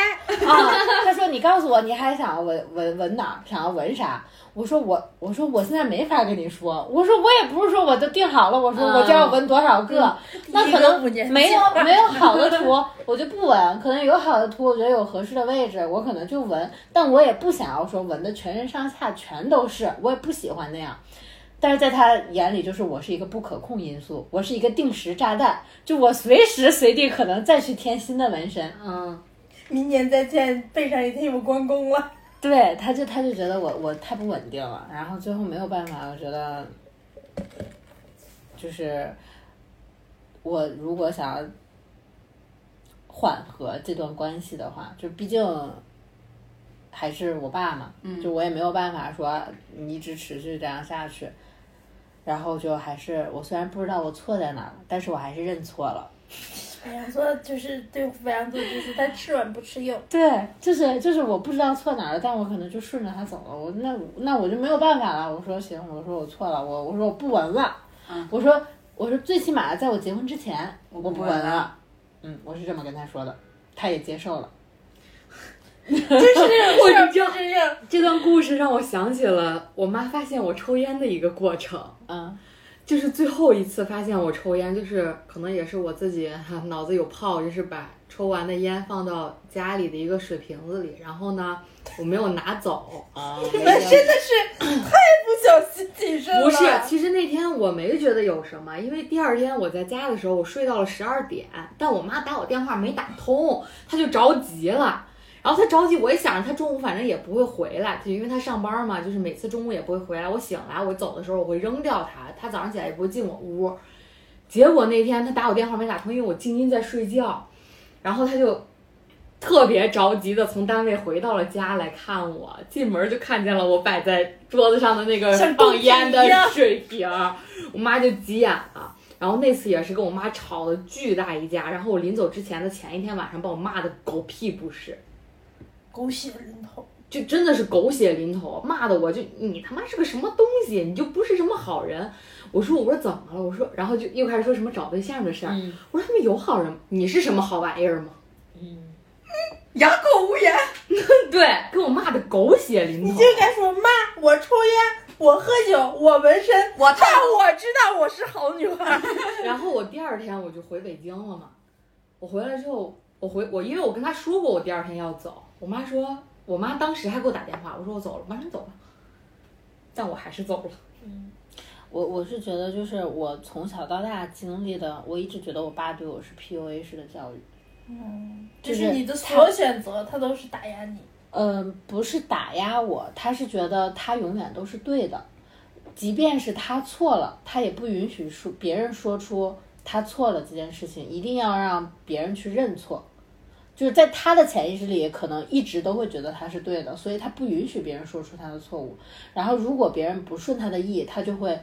Speaker 5: 啊？他说你告诉我你还想要纹纹纹哪儿？想要纹啥？我说我我说我现在没法跟你说。我说我也不是说我都定好了，我说我就
Speaker 3: 嗯
Speaker 5: 要纹多少个，那
Speaker 3: 第
Speaker 5: 可
Speaker 3: 一个五年
Speaker 5: 能
Speaker 3: 级
Speaker 5: 没有没有好的图，我就不纹。可能有好的图，我觉得有合适的位置，我可能就纹。但我也不想要说纹的全身上下全都是，我也不喜欢那样。但是在他眼里，就是我是一个不可控因素，我是一个定时炸弹，就我随时随地可能再去添新的纹身。
Speaker 1: 嗯，
Speaker 3: 明年再见，背上一定有关公了。
Speaker 5: 对，他就他就觉得我我太不稳定了，然后最后没有办法，我觉得就是我如果想要缓和这段关系的话，就毕竟还是我爸嘛，就我也没有办法说你一直持续这样下去。然后就还是我虽然不知道我错在哪儿了，但是我还是认错了。
Speaker 3: 白羊座就是对付白羊座就是他吃软不吃硬，
Speaker 5: 对，就是就是我不知道错哪儿了，但我可能就顺着他走了。我那那我就没有办法了。我说行，我说我错了，我我说我不闻了。我说我说最起码在我结婚之前，嗯我
Speaker 2: 不
Speaker 5: 不
Speaker 2: 闻
Speaker 5: 闻
Speaker 2: 了
Speaker 5: 了。嗯，我是这么跟他说的，他也接受了。
Speaker 3: 就是那种事儿
Speaker 1: 我就
Speaker 3: 不吃硬。
Speaker 1: 这段故事让我想起了我妈发现我抽烟的一个过程。
Speaker 5: 嗯，
Speaker 1: 就是最后一次发现我抽烟，就是可能也是我自己哈脑子有泡，就是把抽完的烟放到家里的一个水瓶子里，然后呢，我没有拿走。
Speaker 5: 啊，
Speaker 3: 那真的是太不小心谨慎了。
Speaker 1: 不是，其实那天我没觉得有什么，因为第二天我在家的时候，我睡到了十二点，但我妈打我电话没打通，她就着急了。然后她着急，我也想着她中午反正也不会回来，就因为她上班嘛，就是每次中午也不会回来。我醒来，我走的时候我会扔掉它，她早上起来也不会进我屋。结果那天她打我电话没打通，因为我静音在睡觉，然后她就特别着急的从单位回到了家来看我，进门就看见了我摆在桌子上的那个
Speaker 3: 像
Speaker 1: 放烟的
Speaker 3: 公鸡一样
Speaker 1: 水瓶儿，我妈就急眼了。然后那次也是跟我妈吵了巨大一架，然后我临走之前的前一天晚上把我骂的狗屁不是，
Speaker 3: 狗血淋头，
Speaker 1: 就真的是狗血淋头，骂的我就你他妈是个什么东西，你就不是什么好人。我说我说怎么了？我说然后就又开始说什么找对象的事儿。
Speaker 5: 嗯
Speaker 1: 我说他们有好人吗，你是什么好玩意儿吗？
Speaker 5: 嗯，
Speaker 2: 哑口无言。
Speaker 1: 对，给我骂的狗血淋头。
Speaker 3: 你就应该说妈，我抽烟，我喝酒，我纹身，
Speaker 2: 我
Speaker 3: 但我知道我是好女孩。
Speaker 1: 然后我第二天我就回北京了嘛。我回来之后，我回我因为我跟他说过我第二天要走，我妈说，我妈当时还给我打电话，我说我走了，我妈说你走吧，但我还是走了。
Speaker 5: 我我是觉得就是我从小到大经历的，我一直觉得我爸对我是 PUA 式的教育。
Speaker 3: 就是你的所有选择，他都是打压你。
Speaker 5: 嗯，不是打压我，他是觉得他永远都是对的，即便是他错了，他也不允许说别人说出他错了这件事情，一定要让别人去认错。就是在他的潜意识里，可能一直都会觉得他是对的，所以他不允许别人说出他的错误。然后，如果别人不顺他的意，他就会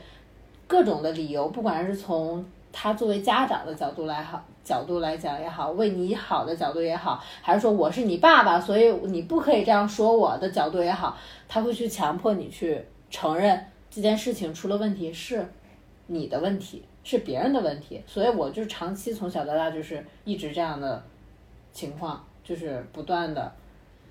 Speaker 5: 各种的理由，不管是从他作为家长的角度来好角度来讲也好，为你好的角度也好，还是说我是你爸爸，所以你不可以这样说我的角度也好，他会去强迫你去承认这件事情出了问题是你的问题，是别人的问题。所以我就长期从小到大就是一直这样的情况，就是不断的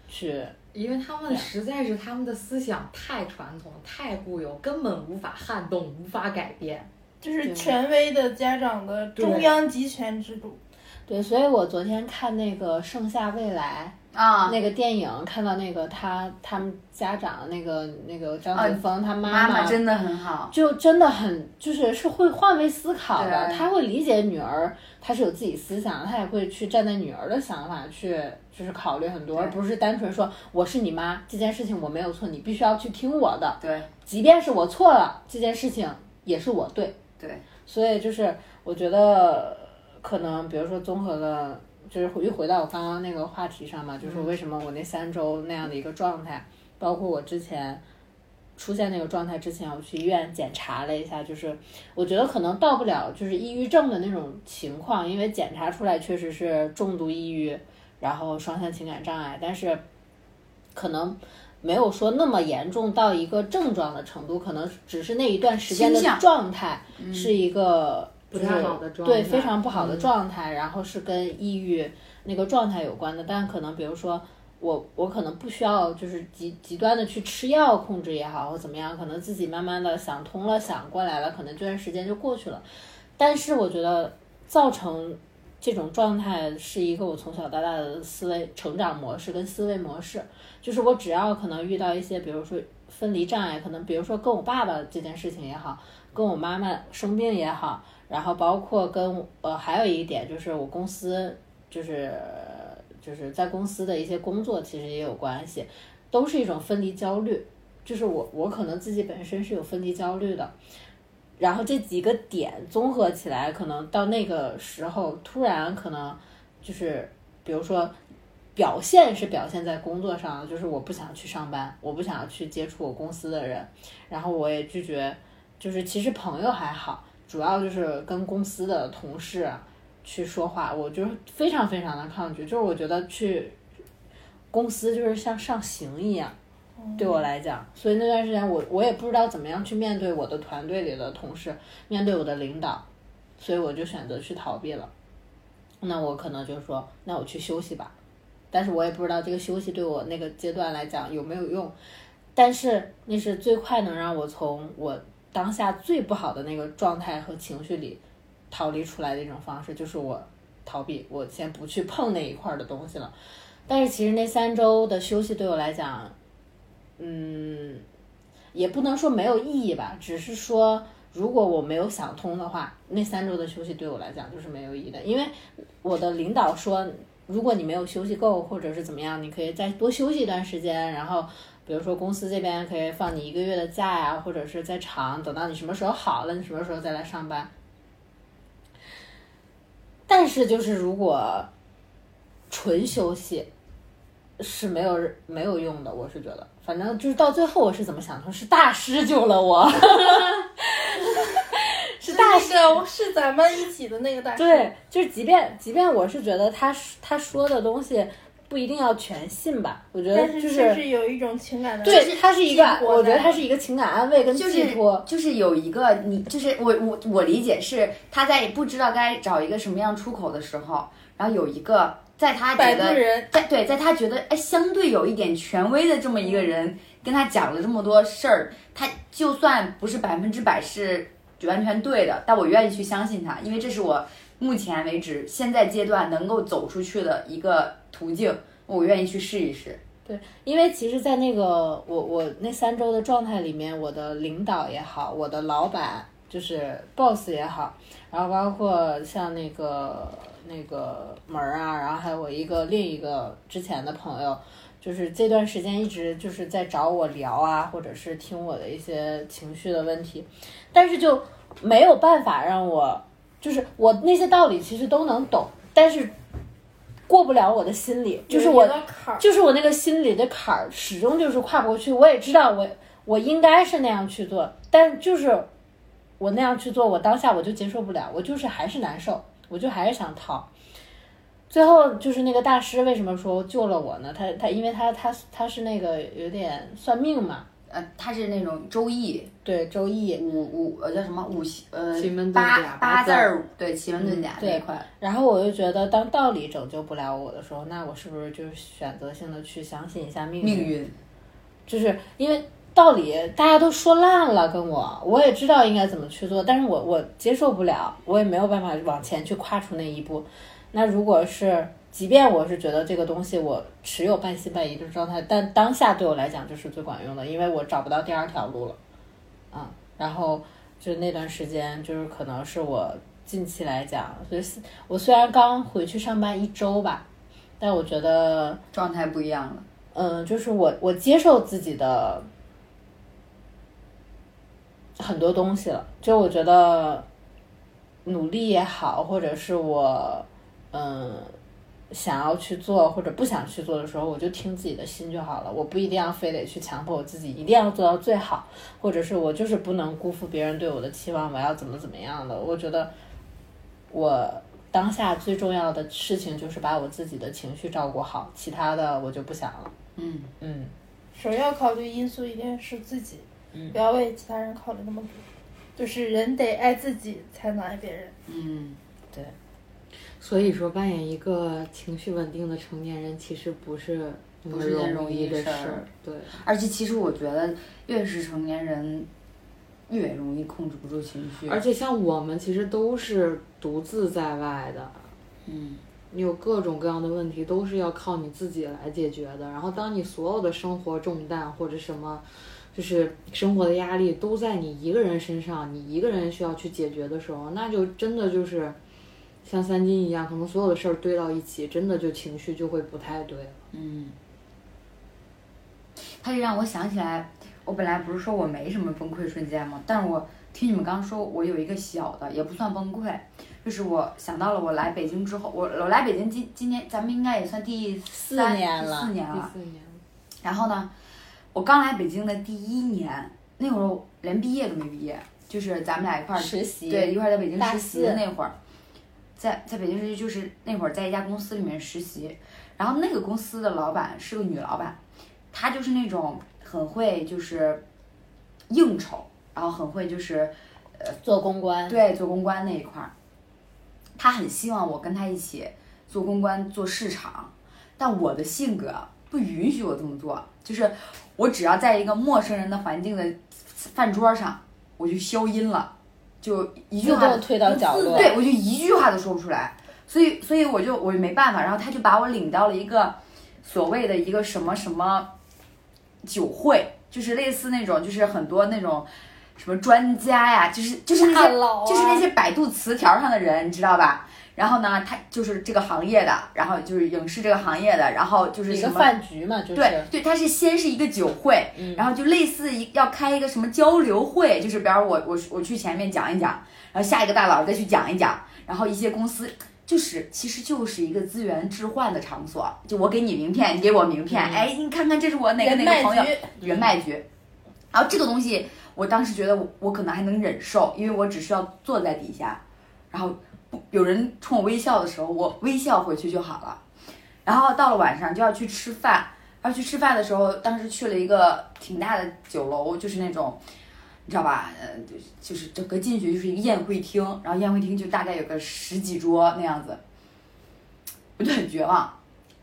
Speaker 5: 去
Speaker 1: 因为他们实在是他们的思想太传统、太固有，根本无法撼动、无法改变。
Speaker 3: 就是权威的家长的中央集权制度，
Speaker 5: 对。所以我昨天看那个《盛夏未来》。
Speaker 2: 啊，
Speaker 5: 那个电影看到那个他他们家长那个那个张
Speaker 2: 啊
Speaker 5: 子枫他妈
Speaker 2: 妈妈真的很好。
Speaker 5: 就真的很就是是会换位思考的，
Speaker 2: 对
Speaker 5: 他会理解女儿，他是有自己思想的，他也会去站在女儿的想法去就是考虑很多，
Speaker 2: 对
Speaker 5: 而不是单纯说我是你妈这件事情我没有错，你必须要去听我的，
Speaker 2: 对
Speaker 5: 即便是我错了，这件事情也是我对。
Speaker 2: 对，
Speaker 5: 所以就是我觉得可能比如说综合了，就是回又回到我刚刚那个话题上嘛，
Speaker 2: 嗯
Speaker 5: 就是为什么我那三周那样的一个状态，包括我之前。出现那个状态之前，我去医院检查了一下，就是我觉得可能到不了就是抑郁症的那种情况，因为检查出来确实是重度抑郁，然后双向情感障碍，但是可能没有说那么严重到一个症状的程度，可能只是那一段时间的
Speaker 2: 倾向
Speaker 5: 状态是一个
Speaker 1: 不太好的状态
Speaker 5: 对非常不好的状态，然后是跟抑郁那个状态有关的。但可能比如说我我可能不需要就是极极端的去吃药控制也好或怎么样，可能自己慢慢的想通了想过来了，可能这段时间就过去了。但是我觉得造成这种状态是一个我从小到大的思维成长模式跟思维模式，就是我只要可能遇到一些，比如说分离障碍，可能比如说跟我爸爸这件事情也好，跟我妈妈生病也好，然后包括跟呃还有一点就是我公司就是就是在公司的一些工作其实也有关系，都是一种分离焦虑，就是我我可能自己本身是有分离焦虑的。然后这几个点综合起来，可能到那个时候突然可能就是，比如说表现是表现在工作上的，就是我不想去上班，我不想去接触我公司的人，然后我也拒绝，就是其实朋友还好，主要就是跟公司的同事啊去说话，我就是非常非常的抗拒，就是我觉得去公司就是像上刑一样。对我来讲，所以那段时间我我也不知道怎么样去面对我的团队里的同事，面对我的领导，所以我就选择去逃避了。那我可能就说，那我去休息吧，但是我也不知道这个休息对我那个阶段来讲有没有用，但是那是最快能让我从我当下最不好的那个状态和情绪里逃离出来的一种方式，就是我逃避，我先不去碰那一块儿的东西了。但是其实那三周的休息对我来讲，嗯，也不能说没有意义吧，只是说如果我没有想通的话，那三周的休息对我来讲就是没有意义的，因为我的领导说，如果你没有休息够或者是怎么样，你可以再多休息一段时间，然后。比如说，公司这边可以放你一个月的假呀、或者是再长，等到你什么时候好了，你什么时候再来上班。但是，就是如果纯休息，是没有没有用的，我是觉得，反正就是到最后我是怎么想通，是大师救了我，
Speaker 3: 是大个是咱们一起的那个大师，
Speaker 5: 对，就是即便即便我是觉得他他说的东西不一定要全信吧，我觉得
Speaker 3: 但
Speaker 5: 就是
Speaker 3: 确实有一种情感的，
Speaker 5: 对，他是一个，
Speaker 3: 寄托
Speaker 5: 我觉得
Speaker 3: 在
Speaker 5: 他是一个情感安慰跟
Speaker 2: 就
Speaker 5: 寄
Speaker 2: 是
Speaker 5: 托，
Speaker 2: 就是有一个你，就是我我我理解是他在不知道该找一个什么样出口的时候，然后有一个在他觉
Speaker 3: 摆渡
Speaker 2: 得
Speaker 3: 人，
Speaker 2: 在对在他觉得哎相对有一点权威的这么一个人跟他讲了这么多事儿，他就算不是百分之百是完全对的，但我愿意去相信他，因为这是我目前为止现在阶段能够走出去的一个途径，我愿意去试一试。
Speaker 5: 因为其实，在那个我我那三周的状态里面，我的领导也好，我的老板就是 boss 也好，然后包括像那个那个门儿啊，然后还有我一个另一个之前的朋友，就是这段时间一直就是在找我聊啊，或者是听我的一些情绪的问题，但是就没有办法让我，就是我那些道理其实都能懂，但是过不了我的心里，就是我
Speaker 3: 有一个坎儿，
Speaker 5: 就是我那个心里的坎儿，始终就是跨不过去。我也知道我我应该是那样去做，但就是我那样去做，我当下我就接受不了，我就是还是难受，我就还是想逃。最后就是那个大师为什么说救了我呢？他他因为他他他是那个有点算命嘛，
Speaker 2: 呃，他是那种周易，
Speaker 5: 对周易，
Speaker 2: 五五呃叫什么五行呃
Speaker 1: 奇门遁
Speaker 2: 八
Speaker 1: 甲
Speaker 2: 八
Speaker 1: 八
Speaker 2: 字
Speaker 1: 字
Speaker 2: 儿对奇门遁甲
Speaker 5: 嗯
Speaker 2: 那一
Speaker 5: 对
Speaker 2: 块儿，
Speaker 5: 然后我就觉得，当道理拯救不了我的时候，那我是不是就选择性的去相信一下命运？
Speaker 2: 命运
Speaker 5: 就是因为道理大家都说烂了，跟我我也知道应该怎么去做，但是我我接受不了，我也没有办法往前去跨出那一步。那如果是，即便我是觉得这个东西我持有半信半疑的状态，但当下对我来讲就是最管用的，因为我找不到第二条路了。嗯，然后就那段时间，就是可能是我近期来讲，就是我虽然刚回去上班一周吧，但我觉得
Speaker 2: 状态不一样了。
Speaker 5: 嗯，就是我我接受自己的很多东西了，就我觉得努力也好，或者是我嗯想要去做或者不想去做的时候，我就听自己的心就好了，我不一定要非得去强迫我自己一定要做到最好，或者是我就是不能辜负别人对我的期望，我要怎么怎么样的，我觉得我。当下最重要的事情就是把我自己的情绪照顾好，其他的我就不想了。
Speaker 2: 嗯，
Speaker 5: 嗯，
Speaker 3: 首要考虑因素一定是自己，
Speaker 2: 嗯
Speaker 3: 不要为其他人考虑那么多。就是人得爱自己，才能爱别人。
Speaker 2: 嗯，
Speaker 1: 所以说，扮演一个情绪稳定的成年人，其实不是那
Speaker 2: 不
Speaker 1: 么
Speaker 2: 是件容
Speaker 1: 容
Speaker 2: 易
Speaker 1: 易
Speaker 2: 的
Speaker 1: 的
Speaker 2: 事儿
Speaker 1: 儿。对，
Speaker 2: 而且其实我觉得越是成年人，越容易控制不住情绪。
Speaker 1: 而且像我们其实都是独自在外的，
Speaker 2: 嗯，
Speaker 1: 你有各种各样的问题都是要靠你自己来解决的。然后，当你所有的生活重担或者什么，就是生活的压力都在你一个人身上，你一个人需要去解决的时候，那就真的就是像三金一样，可能所有的事儿堆到一起，真的就情绪就会不太对了。
Speaker 2: 嗯，它就让我想起来，我本来不是说我没什么崩溃瞬间吗？但是我听你们刚说，我有一个小的，也不算崩溃，就是我想到了我来北京之后，我我来北京今今年咱们应该也算第三
Speaker 5: 四年了
Speaker 2: 第四年了，
Speaker 4: 四年，
Speaker 2: 然后呢，我刚来北京的第一年，那会儿连毕业都没毕业，就是咱们俩一块儿
Speaker 5: 实习
Speaker 2: 对一块儿在北京
Speaker 5: 大
Speaker 2: 实习的
Speaker 5: 四
Speaker 2: 那会儿，在在北京实习就是那会儿在一家公司里面实习，然后那个公司的老板是个女老板，她就是那种很会就是应酬，然后很会就是
Speaker 5: 呃做公关，
Speaker 2: 对，做公关那一块儿，他很希望我跟他一起做公关、做市场，但我的性格不允许我这么做，就是我只要在一个陌生人的环境的饭桌上，我就消音了，就一句
Speaker 5: 自
Speaker 2: 话
Speaker 5: 动推到角落。
Speaker 2: 对，我就一句话都说不出来，所以所以我就我就没办法，然后他就把我领到了一个所谓的一个什么什么酒会，就是类似那种就是很多那种什么专家呀，就是就是那些、
Speaker 5: 大佬啊
Speaker 2: 就是那些百度词条上的人，你知道吧？然后呢，他就是这个行业的，然后就是影视这个行业的，然后就是
Speaker 5: 一
Speaker 2: 什
Speaker 5: 个
Speaker 2: 么。
Speaker 5: 饭局嘛，就是
Speaker 2: 对对，它是先是一个酒会，
Speaker 5: 嗯
Speaker 2: 然后就类似一要开一个什么交流会，就是比方我我我去前面讲一讲，然后下一个大佬再去讲一讲，然后一些公司就是其实就是一个资源置换的场所，就我给你名片，你给我名片，
Speaker 5: 嗯
Speaker 2: 哎，你看看这是我哪个哪
Speaker 3: 人脉
Speaker 2: 个朋友
Speaker 3: 局，
Speaker 2: 人脉局，然后这个东西我当时觉得我我可能还能忍受，因为我只需要坐在底下，然后不有人冲我微笑的时候，我微笑回去就好了。然后到了晚上就要去吃饭，然后去吃饭的时候，当时去了一个挺大的酒楼，就是那种，你知道吧？呃，就是就是整个进去就是一个宴会厅，然后宴会厅就大概有个十几桌那样子，我就很绝望。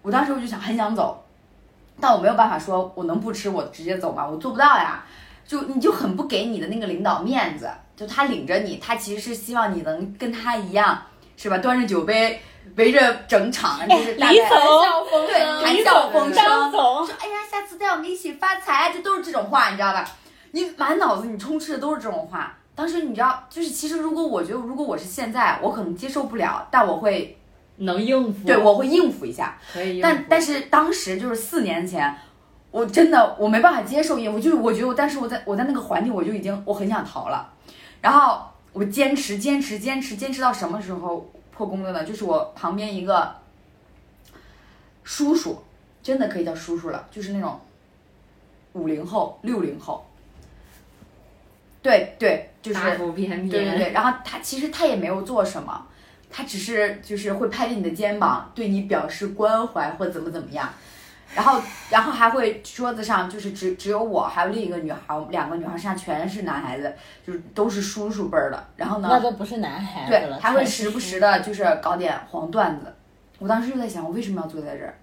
Speaker 2: 我当时我就想很想走，但我没有办法说我能不吃我直接走吗？我做不到呀。就你就很不给你的那个领导面子，就他领着你，他其实是希望你能跟他一样，是吧？端着酒杯，围着整场，就是大概
Speaker 5: 风
Speaker 2: 对谈笑风生，
Speaker 5: 总，
Speaker 2: 说哎呀，下次带我们一起发财，就都是这种话，你知道吧？你满脑子你充斥的都是这种话。当时你知道，就是其实如果我觉得，如果我是现在，我可能接受不了，但我会
Speaker 1: 能应付，
Speaker 5: 嗯
Speaker 2: 对我会应付一下。
Speaker 1: 可以应付。
Speaker 2: 但但是当时就是四年前，我真的我没办法接受应付，就是我觉得我，但是我在我在那个环境我就已经我很想逃了，然后我坚持坚持坚持坚持到什么时候破功的呢？就是我旁边一个叔叔，真的可以叫叔叔了，就是那种五零后六零后，对对，就是
Speaker 1: 大腹便便，
Speaker 2: 对对对，然后他其实他也没有做什么，他只是就是会拍着你的肩膀，对你表示关怀或怎么怎么样，然后 然后还会桌子上就是只只有我还有另一个女孩，我们两个女孩身上全是男孩子，就是都是叔叔辈儿的，然后呢，
Speaker 5: 那都不是男孩子
Speaker 2: 对
Speaker 5: 了，，
Speaker 2: 还会
Speaker 5: 全是
Speaker 2: 时不时的，就是搞点黄段子。我当时就在想，我为什么要坐在这儿？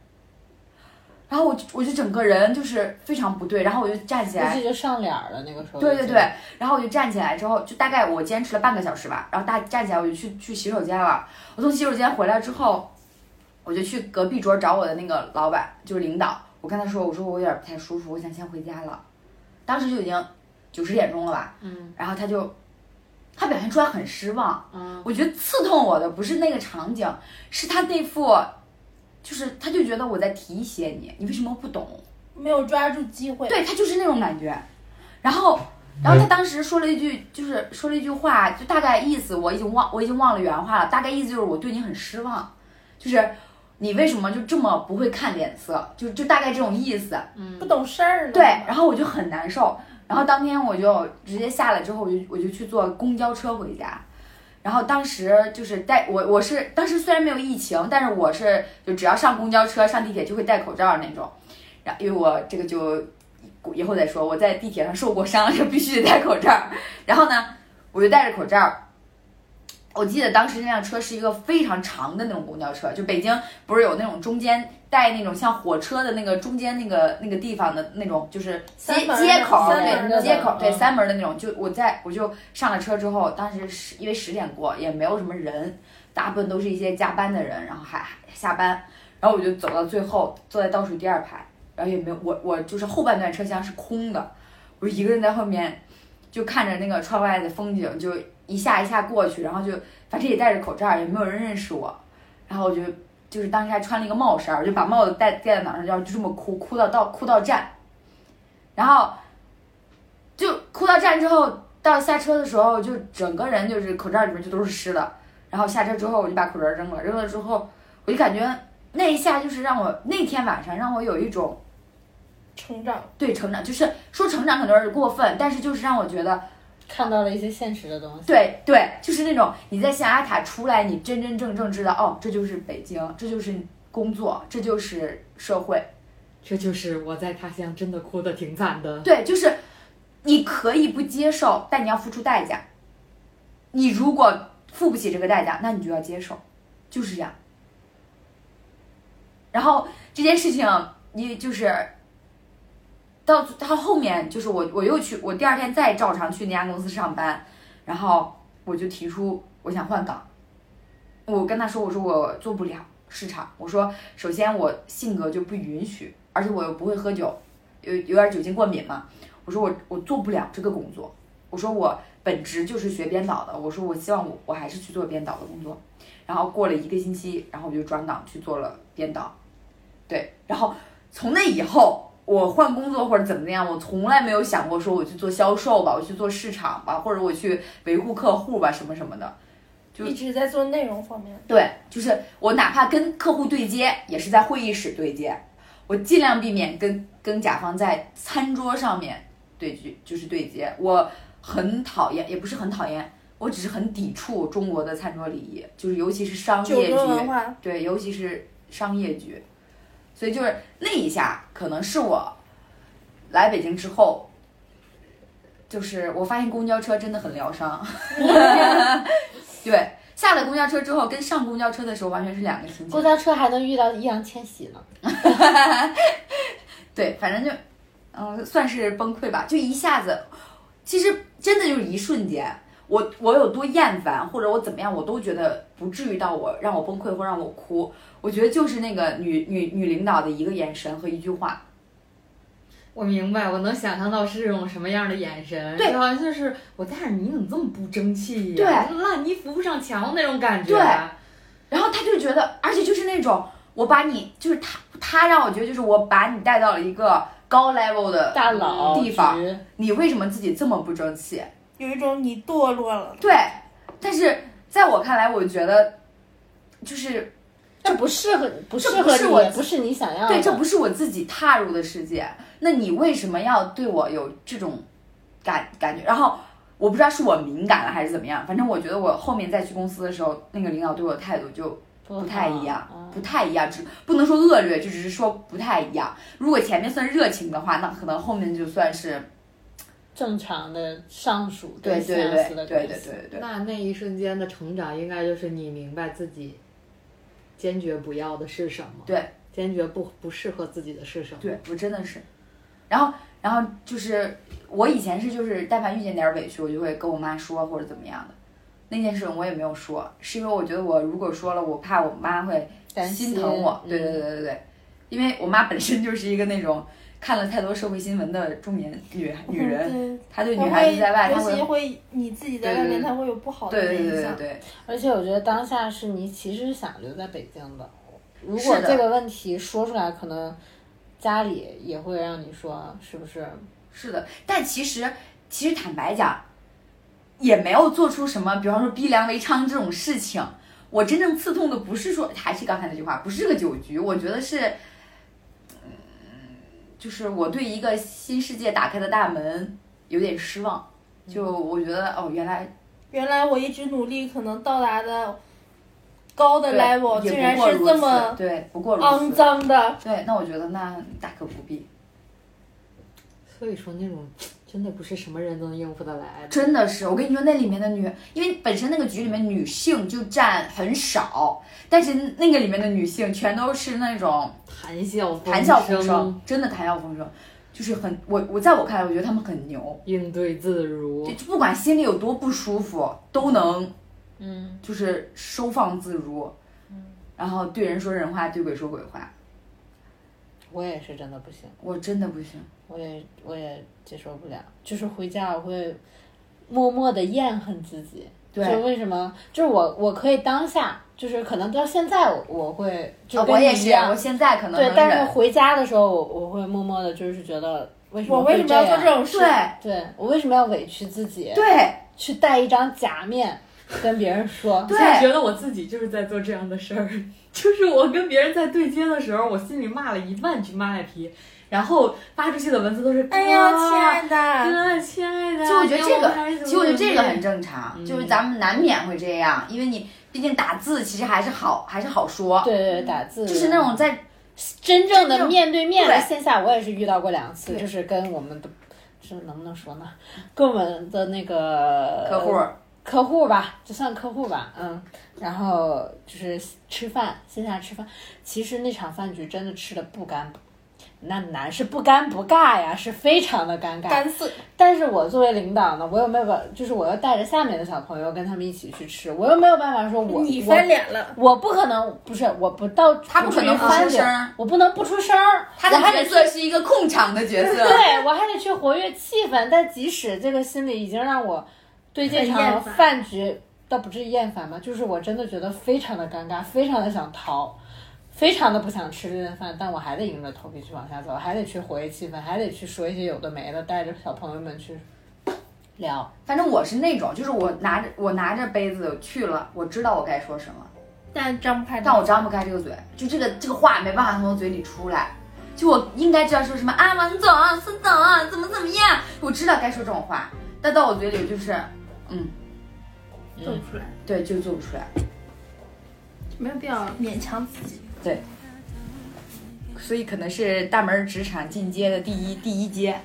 Speaker 2: 然后我就我就整个人就是非常不对，然后我就站起
Speaker 5: 估
Speaker 2: 来，
Speaker 5: 计就上脸儿了。那个时候，
Speaker 2: 对对对，，然后我就站起来之后，就大概我坚持了半个小时吧，然后大站起来我就去去洗手间了。我从洗手间回来之后，我就去隔壁桌找我的那个老板，就是领导。我跟他说，我说我有点不太舒服，我想先回家了。当时就已经九十点钟了吧，
Speaker 1: 嗯
Speaker 2: 然后他就他表现出来很失望，
Speaker 1: 嗯，
Speaker 2: 我觉得刺痛我的不是那个场景，是他那副，就是他就觉得我在提携你，你为什么不懂？
Speaker 3: 没有抓住机会。
Speaker 2: 对他就是那种感觉。然后，然后他当时说了一句，就是说了一句话，就大概意思我已经忘，我已经忘了原话了，大概意思就是我对你很失望，就是你为什么就这么不会看脸色，就就大概这种意思。
Speaker 3: 不懂事儿了。
Speaker 2: 对，然后我就很难受。然后当天我就直接下来之后，我就我就去坐公交车回家。然后当时就是戴我我是当时虽然没有疫情，但是我是就只要上公交车、上地铁就会戴口罩那种。然因为我这个就以后再说，我在地铁上受过伤，就必须得戴口罩。然后呢，我就戴着口罩。我记得当时那辆车是一个非常长的那种公交车，就北京不是有那种中间带那种像火车的那个中间那个那个地方的那种，就是街
Speaker 3: 三门儿的
Speaker 2: 街口，
Speaker 3: 三门儿
Speaker 2: 对
Speaker 3: 的
Speaker 2: 街口，对
Speaker 5: 嗯
Speaker 2: 三门儿的那种。就我在我就上了车之后，当时是因为十点过，也没有什么人，大部分都是一些加班的人，然后还还下班，然后我就走到最后，坐在倒数第二排，然后也没有我我就是后半段车厢是空的，我一个人在后面，就看着那个窗外的风景，就一下一下过去，然后就反正也戴着口罩，也没有人认识我，然后我就就是当时还穿了一个帽衫儿，我就把帽子戴戴在脑上，然后就这么哭，哭到到哭到站，然后就哭到站之后，到下车的时候，就整个人就是口罩里面就都是湿的。然后下车之后，我就把口罩扔了，扔了之后，我就感觉那一下就是让我那天晚上让我有一种
Speaker 3: 成长，
Speaker 2: 对成长，就是说成长可能有点过分，但是就是让我觉得
Speaker 5: 看到了一些现实的东西。，
Speaker 2: 对对，就是那种你在象牙塔出来，你真真正正知道，哦，这就是北京，这就是工作，这就是社会，
Speaker 1: 这就是我在他乡真的哭的挺惨的。
Speaker 2: 对，就是你可以不接受，但你要付出代价。你如果付不起这个代价，那你就要接受，就是这样。然后这件事情，你就是到到后面，就是我我又去，我第二天再照常去那家公司上班，然后我就提出我想换岗。我跟他说，我说我做不了市场，我说首先我性格就不允许，而且我又不会喝酒，有有点酒精过敏嘛。我说我我做不了这个工作，我说我本职就是学编导的，我说我希望我我还是去做编导的工作。然后过了一个星期，然后我就转岗去做了编导，对，然后从那以后。我换工作或者怎么样，我从来没有想过说我去做销售吧，我去做市场吧，或者我去维护客户吧，什么什么的。就
Speaker 3: 一直在做内容方面，
Speaker 2: 对，就是我哪怕跟客户对接，也是在会议室对接，我尽量避免跟跟甲方在餐桌上面对接，就是对接。我很讨厌，也不是很讨厌，我只是很抵触中国的餐桌礼仪，就是尤其是商
Speaker 3: 酒
Speaker 2: 业局，
Speaker 3: 桌文化，
Speaker 2: 对，尤其是商业局，所以就是那一下，可能是我来北京之后，就是我发现公交车真的很疗伤。对，下了公交车之后，跟上公交车的时候完全是两个心
Speaker 5: 公
Speaker 2: 情。
Speaker 5: 交车还能遇到易烊千玺呢。
Speaker 2: 对，反正就，嗯、算是崩溃吧，就一下子，其实真的就是一瞬间。我我有多厌烦，或者我怎么样，我都觉得不至于到我让我崩溃或让我哭。我觉得就是那个女女女领导的一个眼神和一句话，
Speaker 1: 我明白，我能想象到是种什么样的眼神，
Speaker 2: 对
Speaker 1: 就好像就是我带着你怎么这么不争气
Speaker 2: 对
Speaker 1: 呀、烂泥扶不上墙那种感觉。
Speaker 2: 对然后他就觉得，而且就是那种我把你，就是他他让我觉得就是我把你带到了一个高 level 的，
Speaker 5: 大佬
Speaker 2: 地方
Speaker 5: 局
Speaker 2: 你为什么自己这么不争气？
Speaker 3: 有一种你堕落了，
Speaker 2: 对，但是在我看来，我觉得就是
Speaker 5: 这不适合，不适
Speaker 2: 不
Speaker 5: 合
Speaker 2: 是
Speaker 5: 你，
Speaker 2: 我
Speaker 5: 也不是你想要的。
Speaker 2: 嗯对，这不是我自己踏入的世界，那你为什么要对我有这种感感觉？然后我不知道是我敏感了还是怎么样，反正我觉得我后面再去公司的时候，那个领导对我的态度就不嗯太一样
Speaker 5: 好，
Speaker 2: 不太一样，只不能说恶劣，就只是说不太一样。如果前面算热情的话，那可能后面就算是
Speaker 5: 正常的上属
Speaker 2: 对对
Speaker 5: 下
Speaker 2: 对对
Speaker 5: 司的
Speaker 2: 对对
Speaker 5: 关系
Speaker 2: 对对，
Speaker 1: 那那一瞬间的成长，应该就是你明白自己坚决不要的是什么，
Speaker 2: 对，
Speaker 1: 坚决不不适合自己的是什么。
Speaker 2: 对我真的是。然后，然后就是我以前是就是，但凡遇见点儿委屈，我就会跟我妈说或者怎么样的。那件事情我也没有说，是因为我觉得我如果说了，我怕我妈会
Speaker 5: 担
Speaker 2: 心疼我。对对对
Speaker 5: 嗯
Speaker 2: 对对，因为我妈本身就是一个那种看了太多社会新闻的中年女女人，
Speaker 3: 嗯
Speaker 2: 她对
Speaker 3: 对，
Speaker 2: 女
Speaker 3: 我
Speaker 2: 孩子在外，她
Speaker 3: 尤
Speaker 2: 会
Speaker 3: 其会你自己在
Speaker 2: 对
Speaker 3: 外
Speaker 2: 对
Speaker 3: 面，
Speaker 2: 对
Speaker 3: 它会有不好
Speaker 2: 对
Speaker 3: 的
Speaker 2: 对对
Speaker 3: 影
Speaker 2: 对
Speaker 3: 响。
Speaker 2: 对。
Speaker 5: 而且我觉得当下是你其实是想留在北京的，如
Speaker 2: 是
Speaker 5: 果
Speaker 2: 的
Speaker 5: 这个问题说出来，可能家里也会让你说是不是？
Speaker 2: 是的，但其实其实坦白讲，也没有做出什么，比方说逼良为娼这种事情。我真正刺痛的不是说，还是刚才那句话，不是这个酒局，我觉得是，嗯，就是我对一个新世界打开的大门有点失望。
Speaker 3: 嗯
Speaker 2: 就我觉得哦，原来
Speaker 3: 原来我一直努力，可能到达的高的
Speaker 2: 对
Speaker 3: level，
Speaker 2: 也
Speaker 3: 竟然
Speaker 2: 不过
Speaker 3: 是
Speaker 2: 如
Speaker 3: 这
Speaker 2: 此
Speaker 3: 么
Speaker 2: 对，不过如
Speaker 3: 肮
Speaker 2: 此。
Speaker 3: 脏的。
Speaker 2: 对，那我觉得那大可不必，
Speaker 1: 所以说那种真的不是什么人都能应付得来的。
Speaker 2: 真的是，我跟你说，那里面的女，因为本身那个局里面女性就占很少，但是那个里面的女性全都是那种
Speaker 1: 谈笑风
Speaker 2: 谈笑风生，真的谈笑风生，就是很我我在我看来，我觉得她们很牛，
Speaker 1: 应对自如
Speaker 2: 就。不管心里有多不舒服，都能
Speaker 5: 嗯，
Speaker 2: 就是收放自如，然后对人说人话，对鬼说鬼话，
Speaker 5: 我也是真的不行，
Speaker 2: 我真的不行。
Speaker 5: 我也我也接受不了，就是回家我会默默的厌恨自己。
Speaker 2: 对
Speaker 5: 就为什么？就是我我可以当下，就是可能到现在我我会就
Speaker 2: 啊
Speaker 5: 跟
Speaker 2: 我也
Speaker 5: 你一
Speaker 2: 是，
Speaker 5: 样
Speaker 2: 我现在可能
Speaker 5: 对
Speaker 2: 能，
Speaker 5: 但是
Speaker 2: 忍，
Speaker 5: 回家的时候，我我会默默的，就是觉得为什
Speaker 3: 我
Speaker 5: 么
Speaker 3: 为什
Speaker 5: 会
Speaker 3: 么要做
Speaker 5: 样
Speaker 3: 这种事？
Speaker 2: 对
Speaker 5: 对我为什么要委屈自己，
Speaker 2: 对
Speaker 5: 去戴一张假面跟别人说？
Speaker 1: 我现在
Speaker 2: 对，
Speaker 1: 觉得我自己就是在做这样的事儿， 就是我跟别人在对接的时候，我心里骂了一万句妈卖批，然后发出去的文字都是
Speaker 3: 哎呀，
Speaker 1: 哥
Speaker 3: 亲爱的，
Speaker 1: 哥，亲爱的。
Speaker 2: 其实我觉得这
Speaker 1: 给拍什
Speaker 2: 个，
Speaker 1: 么
Speaker 2: 其实我觉得这个
Speaker 1: 东西
Speaker 2: 很正
Speaker 3: 嗯
Speaker 2: 常，就是咱们难免会这样，因为你毕竟打字其实还是好，还是好说，
Speaker 5: 对对，打字嗯
Speaker 2: 就是那种在
Speaker 5: 真正
Speaker 2: 真
Speaker 5: 的
Speaker 2: 正
Speaker 5: 面对面的
Speaker 2: 对
Speaker 5: 线下，我也是遇到过两次，
Speaker 2: 对
Speaker 5: 就是跟我们的，这能不能说呢？ 跟我们的那
Speaker 3: 呃
Speaker 2: 客
Speaker 5: 个
Speaker 2: 户
Speaker 5: 客户吧，就算客户吧，嗯，然后就是吃饭，线下吃饭，其实那场饭局真的吃的不干不。那难是不干不尬呀，是非常的尴尬。
Speaker 3: 干涩，
Speaker 5: 但是我作为领导呢，我又没有办，就是我又带着下面的小朋友跟他们一起去吃，我又没有办法说我
Speaker 3: 你
Speaker 5: 我
Speaker 3: 翻脸了，
Speaker 5: 我不可能不是，我不到
Speaker 2: 他不
Speaker 5: 至
Speaker 2: 可
Speaker 5: 于
Speaker 2: 能不
Speaker 5: 翻
Speaker 2: 出
Speaker 5: 脸
Speaker 2: 声儿，
Speaker 5: 我不能不出声儿，
Speaker 2: 他
Speaker 5: 我
Speaker 2: 的
Speaker 5: 还
Speaker 2: 角
Speaker 5: 得去
Speaker 2: 色是一个控场的角 色，
Speaker 5: 对我还得去活跃气氛。但即使这个心理已经让我对这
Speaker 3: 很厌
Speaker 5: 场呃
Speaker 3: 烦
Speaker 5: 饭局倒不至于厌烦吧，就是我真的觉得非常的尴尬，非常的想逃。非常的不想吃这顿饭，但我还得硬着头皮去往下走，还得去活跃气氛，还得去说一些有的没的，带着小朋友们去聊。
Speaker 2: 反正我是那种，就是我拿着我拿着杯子去了，我知道我该说什么，
Speaker 3: 但张不开
Speaker 2: 但我
Speaker 3: 口。
Speaker 2: 张不开这个嘴，就这个这个话没办法从我嘴里出来。就我应该知道说什么啊，王总、孙总啊怎么怎么样，我知道该说这种话，但到我嘴里就是，嗯，
Speaker 3: 做不出来，
Speaker 2: 对，就做不出来。
Speaker 3: 没有必要勉强自己。
Speaker 2: 所以可能是大门职场进阶的第一第一阶，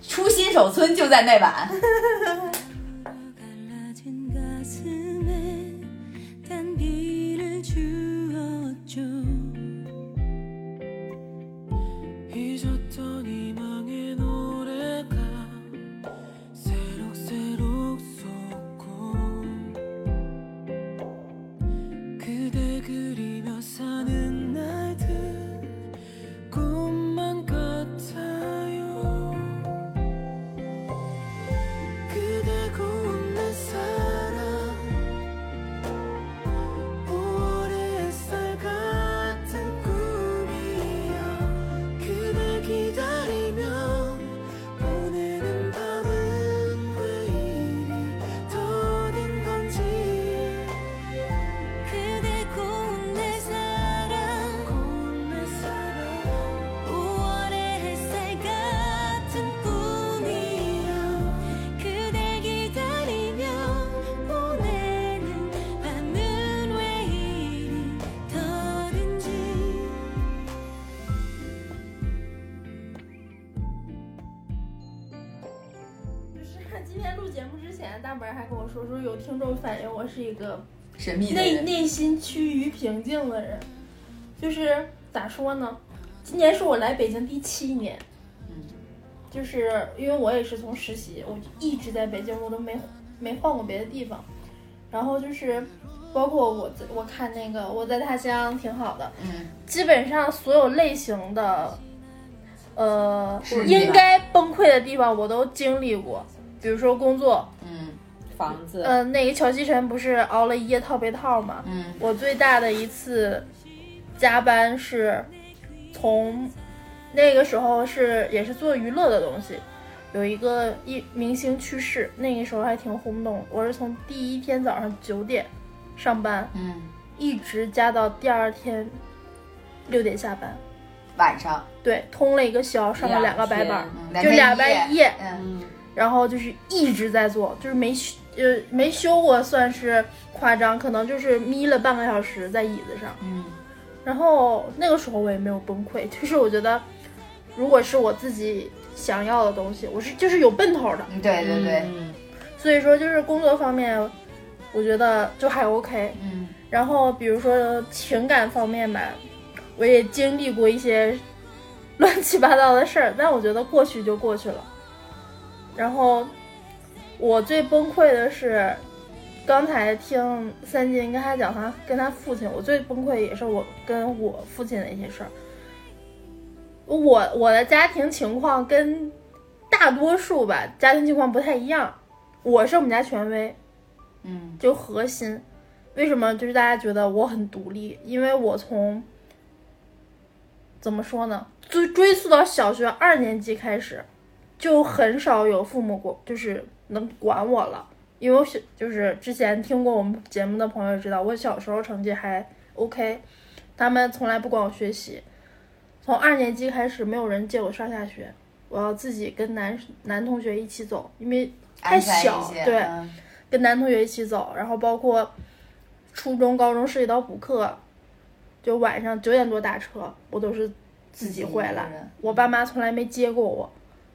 Speaker 2: 出新手村就在那晚。
Speaker 6: 갈라진 가슴에 단비를 주었죠 잊었던 희망의 노래가 새록새록 솟고 그대 그리며 사는 날들 꿈만 같아요 그대 고운 내 사랑 오월의 햇살 같은 꿈이야 그댈 기다리며 보내는 밤은 왜 이리 더딘 건지 그대 고운 내 사랑 고운 내 사랑 5월의 햇살 같은 꿈이여 그댈 기다리며 보내는 밤은 왜 이리 더딘지
Speaker 3: 今天录节目之前，大门还跟我说说有听众反映我是一个
Speaker 2: 神秘的
Speaker 3: 内
Speaker 2: 人，
Speaker 3: 内心趋于平静的人，就是咋说呢？今年是我来北京第七年，
Speaker 2: 嗯
Speaker 3: 就是因为我也是从实习，我就一直在北京，我都没没换过别的地方。然后就是，包括我在我看那个《我在他乡》挺好的，
Speaker 2: 嗯，
Speaker 3: 基本上所有类型的，呃
Speaker 2: 是，
Speaker 3: 应该崩溃的地方我都经历过。比如说工作，
Speaker 2: 嗯
Speaker 5: 房子，
Speaker 3: 嗯、那个乔西晨不是熬了一夜套被套吗？
Speaker 2: 嗯
Speaker 3: 我最大的一次加班是从那个时候是也是做娱乐的东西，有一个一明星去世，那个时候还挺轰动。我是从第一天早上九点上班，
Speaker 2: 嗯，
Speaker 3: 一直加到第二天六点下班，
Speaker 2: 晚上
Speaker 3: 对，通了一个宵，上了两个白班，
Speaker 2: 嗯
Speaker 3: 就俩
Speaker 2: 白
Speaker 3: 班一夜，
Speaker 2: 嗯
Speaker 5: 嗯，
Speaker 3: 然后就是一直在做，就是没休呃没休过算是夸张，可能就是眯了半个小时在椅子上。
Speaker 2: 嗯
Speaker 3: 然后那个时候我也没有崩溃， 就是我觉得，如果是我自己想要的东西，我是就是有奔头的。
Speaker 2: 嗯，对对对，
Speaker 3: 所以说就是工作方面，我觉得就还 OK。
Speaker 2: 嗯
Speaker 3: 然后比如说情感方面吧，我也经历过一些 乱七八糟的事儿，但我觉得过去就过去了。然后我最崩溃的是，刚才听三金跟他讲他跟他父亲，我最崩溃也是我跟我父亲的一些事儿。我我的家庭情况跟大多数吧家庭情况不太一样，我是我们家权威，
Speaker 2: 嗯
Speaker 3: 就核心。为什么就是大家觉得我很独立？因为我从怎么说呢？追追溯到小学二年级开始，就很少有父母管，就是能管我了。因为我小就是之前听过我们节目的朋友知道，我小时候成绩还 OK，他们从来不管我学习。从二年级开始，没有人接我上下学，我要自己跟男男同学一起走，因为太
Speaker 2: 安全一
Speaker 3: 小，
Speaker 2: 些
Speaker 3: 对，
Speaker 2: 嗯
Speaker 3: 跟男同学一起走，然后包括初中、高中涉及到补课，就晚上九点多打车，我都是自己回
Speaker 2: 自己一
Speaker 3: 来
Speaker 2: 个人，
Speaker 3: 我爸妈从来没接过我，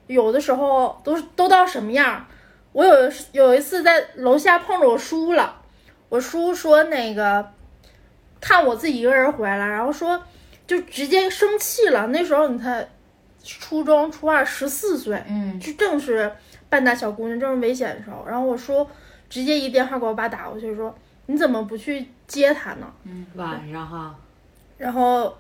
Speaker 3: 有的时候都是都到什么样儿？我有有一次在楼下碰着我叔了，我叔说那个看我自己一个人回来，然后说就直接生气了，那时候你才初中初二十四岁，
Speaker 2: 嗯，
Speaker 3: 就正是半大小姑娘，正是危险的时候。然后我说，直接一电话给我爸打过去，说你怎么不去接他呢？
Speaker 1: 晚上哈，
Speaker 3: 然后，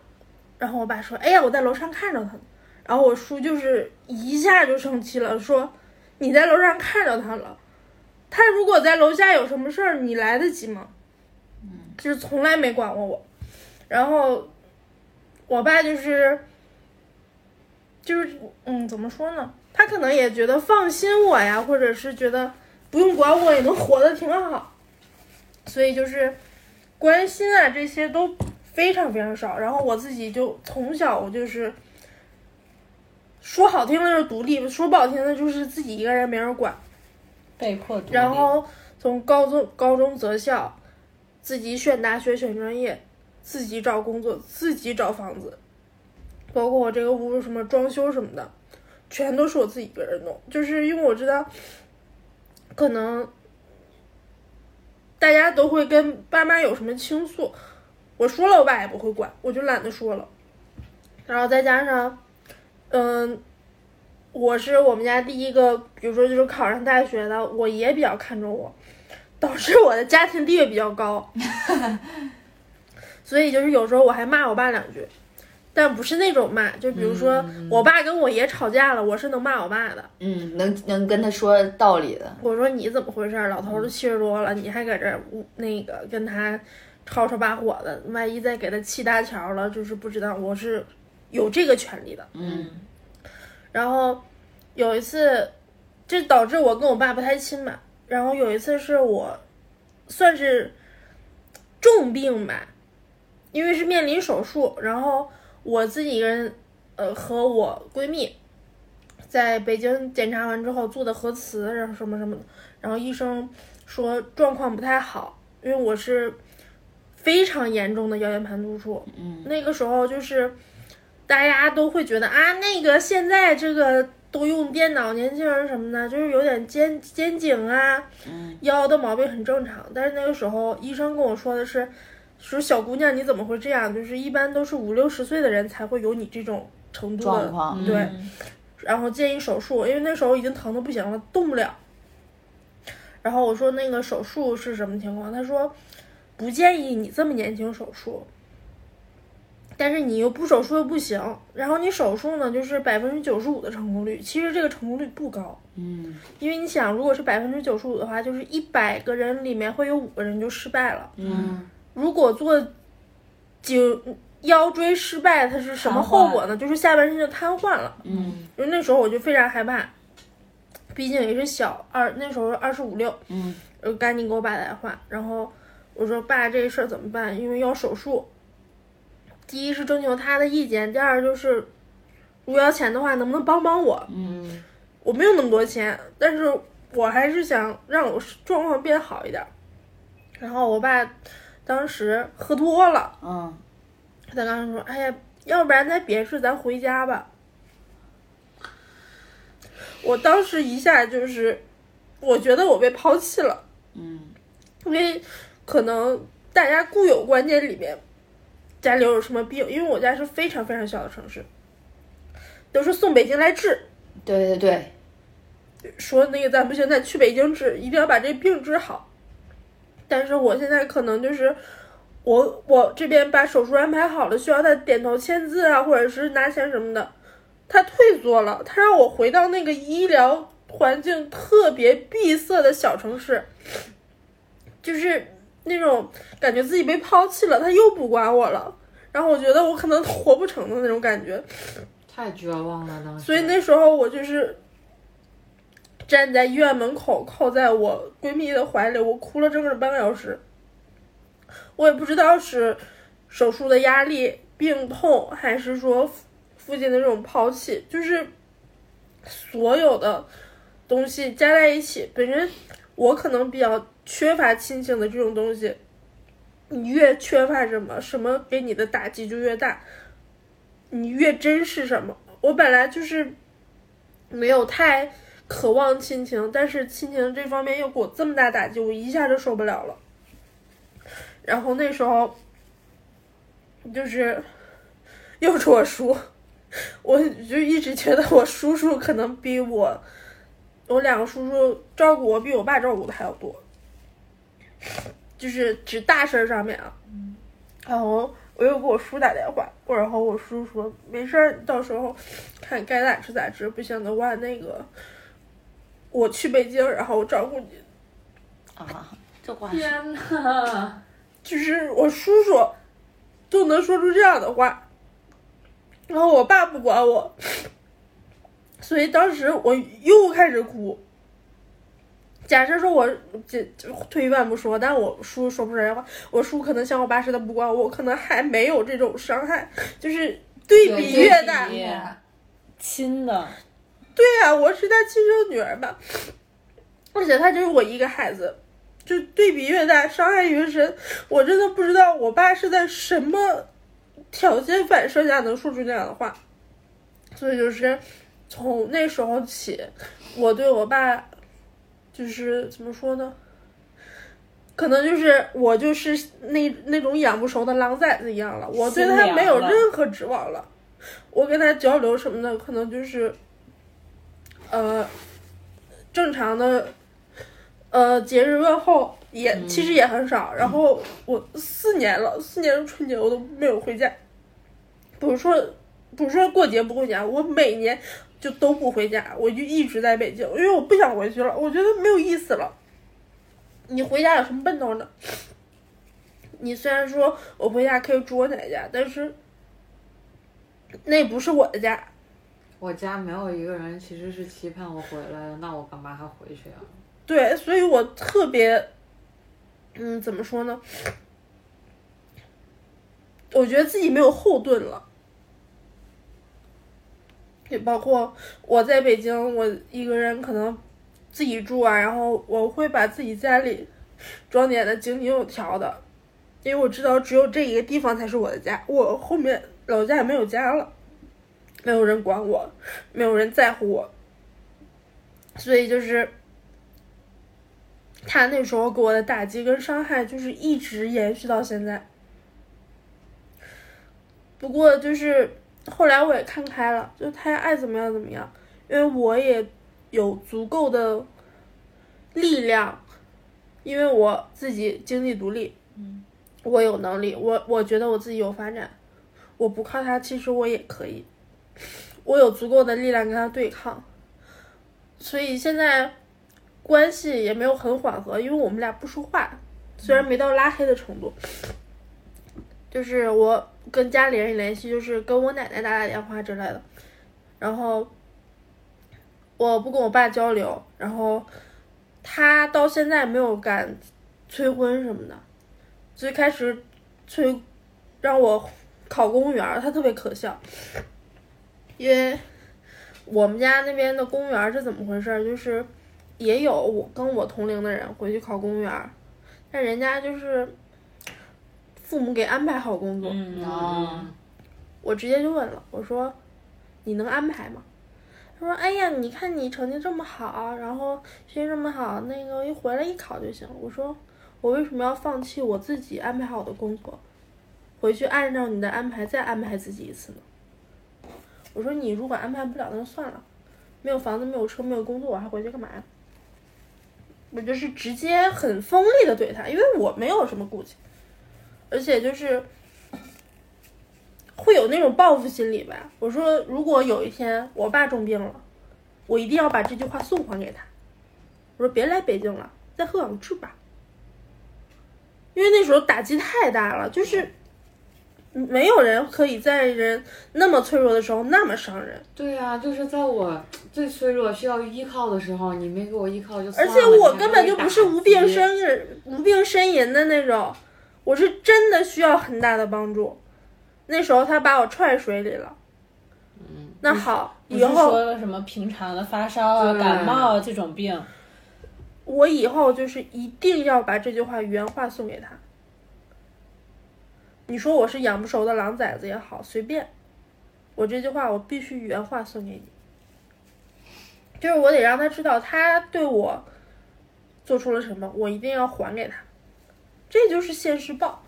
Speaker 3: 然后我爸说，哎呀，我在楼上看着他呢。然后我叔就是一下就生气了，说你在楼上看着他了，他如果在楼下有什么事儿，你来得及吗？就是从来没管过我。然后我爸就是就是嗯，怎么说呢？他可能也觉得放心我呀，或者是觉得不用管我也能活得挺好，所以就是关心啊这些都非常非常少。然后我自己就从小我就是说好听的就是独立，说不好听的就是自己一个人没人管。
Speaker 5: 被迫独立。
Speaker 3: 然后从高中高中择校，自己选大学选专业，自己找工作，自己找房子，包括我这个屋什么装修什么的，全都是我自己一个人弄。就是因为我知道，可能大家都会跟爸妈有什么倾诉，我说了我爸也不会管，我就懒得说了。然后再加上，嗯，我是我们家第一个，比如说就是考上大学的，我爷比较看重我，导致我的家庭地位比 较高，所以就是有时候我还骂我爸两句，但不是那种骂，就比如说我爸跟我爷吵架了，我是能骂我爸的，
Speaker 2: 嗯，能能跟他说道理的，
Speaker 3: 我说你怎么回事儿？老头儿都七十多了，你还搁这儿呜那个跟他吵吵把火的，万一再给他气搭桥了，就是不知道我是有这个权利的。
Speaker 2: 嗯，
Speaker 3: 然后有一次，这导致我跟我爸不太亲嘛。然后有一次是我算是重病吧，因为是面临手术，然后我自己一个人，呃，和我闺蜜在北京检查完之后做的核磁，然后什么什么的，然后医生说状况不太好，因为我是非常严重的腰间盘突出，嗯，那个时候就是大家都会觉得啊，那个现在这个都用电脑，年轻人什么的，就是有点肩肩颈啊、
Speaker 2: 嗯
Speaker 3: 腰的毛病很正常。但是那个时候医生跟我说的是，说小姑娘你怎么会这样？就是一般都是五六十岁的人才会有你这种程度的
Speaker 2: 状况嗯
Speaker 3: 对。然后建议手术，因为那时候已经疼的不行了，动不了。然后我说那个手术是什么情况？他说不建议你这么年轻手术，但是你又不手术又不行，然后你手术呢就是百分之九十五的成功率，其实这个成功率不高，
Speaker 2: 嗯，
Speaker 3: 因为你想，如果是百分之九十五的话，就是一百个人里面会有五个人就失败了，
Speaker 2: 嗯，
Speaker 3: 如果做颈腰椎失败，它是什么后果呢？就是下半身就瘫痪了，
Speaker 2: 嗯，
Speaker 3: 因为那时候我就非常害怕，毕竟也是小二，那时候二十五六，
Speaker 2: 嗯，
Speaker 3: 呃，赶紧给我爸打电话，然后我说爸，这事儿怎么办？因为要手术，第一是征求他的意见，第二就是如果要钱的话，能不能帮帮我？嗯，我没有那么多钱，但是我还是想让我状况变好一点儿。然后我爸当时喝多了，
Speaker 2: 嗯，
Speaker 3: 他刚才说：“哎呀，要不然咱别睡，咱回家吧。”我当时一下就是，我觉得我被抛弃了。嗯，因为可能大家固有观念里面，家里有什么病，因为我家是非常非常小的城市，都是送北京来治，
Speaker 2: 对对对，
Speaker 3: 说那个咱不行，咱去北京治，一定要把这病治好。但是我现在可能就是我我这边把手术安排好了，需要他点头签字啊，或者是拿钱什么的，他退缩了，他让我回到那个医疗环境特别闭塞的小城市，就是那种感觉自己被抛弃了，他又不管我了。然后我觉得我可能活不成的那种感觉，
Speaker 1: 太绝望了当时。
Speaker 3: 所以那时候我就是站在医院门口，靠在我闺蜜的怀里，我哭了整整半个小时。我也不知道是手术的压力、病痛，还是说父父亲的这种抛弃，就是所有的东西加在一起。本身我可能比较缺乏亲情的这种东西，你越缺乏什么，什么给你的打击就越大。你越珍视什么。我本来就是没有太渴望亲情，但是亲情这方面又给我这么大打击，我一下就受不了了。然后那时候就是又是我叔， 我就一直觉得我叔叔可能比我我两个叔叔照顾我比我爸照顾的还要多，就是指大事儿上面啊。然后我又给我叔打电话，我然后我叔说没事儿，到时候看该咋吃咋吃，不行的话那个我去北京，然后我照顾你。
Speaker 2: 啊，这话是
Speaker 1: 天呐，
Speaker 3: 就是我叔叔都能说出这样的话，然后我爸不管我， 所以当时我又开始哭。假设说我这这退一万步说，但我叔说不出来话，我叔可能像我爸似的不管我，我可能还没有这种伤害，就是对比越大，
Speaker 5: 对比亲的，
Speaker 3: 对呀、我是他亲生女儿吧，而且他就是我一个孩子，就对比越大，伤害越深。我真的不知道我爸是在什么条件反射下能说出这样的话，所以就是从那时候起，我对我爸就是怎么说呢？可能就是我就是那那种养不熟的狼崽子一样了，我对
Speaker 5: 心
Speaker 3: 他
Speaker 5: 凉
Speaker 3: 没有
Speaker 5: 了
Speaker 3: 任何指望了。我跟他交流什么的，可能就是，呃，正常的，呃，节日问候也、其实也很少。然后我四年了，四年的春节我都没有回家，不是说不是说过节不回家，我每年就都不回家，我就一直在北京，因为我不想回去了，我觉得没有意思了。你回家有什么奔头呢？你虽然说我回家可以住我奶奶家，但是那不是我的家，
Speaker 1: 我家没有一个人其实是期盼我回来的，那我干嘛还回去啊？
Speaker 3: 对，所以我特别，嗯，怎么说呢？我觉得自己没有后盾了。也包括我在北京，我一个人可能自己住啊，然后我会把自己家里装点的井井有条的，因为我知道只有这一个地方才是我的家，我后面老家也没有家了，没有人管我，没有人在乎我，所以就是他那时候给我的打击跟伤害，就是一直延续到现在。不过就是后来我也看开了，就他爱怎么样怎么样，因为我也有足够的力量，因为我自己经济独立，嗯，我有能力，我我觉得我自己有发展，我不靠他，其实我也可以， 我有足够的力量跟他对抗，所以现在。关系也没有很缓和，因为我们俩不说话，虽然没到拉黑的程度。就是我跟家里人联系，就是跟我奶奶打打电话之类的，然后我不跟我爸交流，然后他到现在没有敢催婚什么的。最开始催让我考公务员儿，他特别可笑，因为我们家那边的公务员儿是怎么回事儿？就是也有我跟我同龄的人回去考公务员儿，但人家就是父母给安排好工作，
Speaker 5: 嗯
Speaker 2: 啊，
Speaker 3: 我直接就问了，我说你能安排吗？他说哎呀，你看你成绩这么好，然后学习这么好，那个一回来一考就行。我说我为什么要放弃我自己安排好的工作，回去按照你的安排再安排自己一次呢？我说你如果安排不了，那就算了，没有房子，没有车，没有工作，我还回去干嘛呀？我就是直接很锋利的怼他，因为我没有什么顾忌，而且就是会有那种报复心理吧。我说，如果有一天我爸重病了，我一定要把这句话送还给他。我说别来北京了，在鹤岗住吧。因为那时候打击太大了，就是没有人可以在人那么脆弱的时候那么伤人。
Speaker 1: 对啊，就是在我最脆弱需要依靠的时候，你没给我依靠就算
Speaker 3: 而
Speaker 1: 了
Speaker 3: 且我
Speaker 1: 你还
Speaker 3: 根本
Speaker 1: 给
Speaker 3: 就
Speaker 1: 我
Speaker 3: 不是
Speaker 1: 打击
Speaker 3: 无病呻吟、无病呻吟的那种，我是真的需要很大的帮助。那时候他把我踹水里了。嗯，那好，
Speaker 5: 不
Speaker 3: 以
Speaker 5: 是
Speaker 3: 后
Speaker 5: 说什么平常的发烧啊、
Speaker 1: 对
Speaker 5: 感冒啊这种病，
Speaker 3: 我以后就是一定要把这句话原话送给他。你说我是养不熟的狼崽子也好，随便，我这句话我必须原话送给你，就是我得让他知道他对我做出了什么，我一定要还给他，这就是现实报。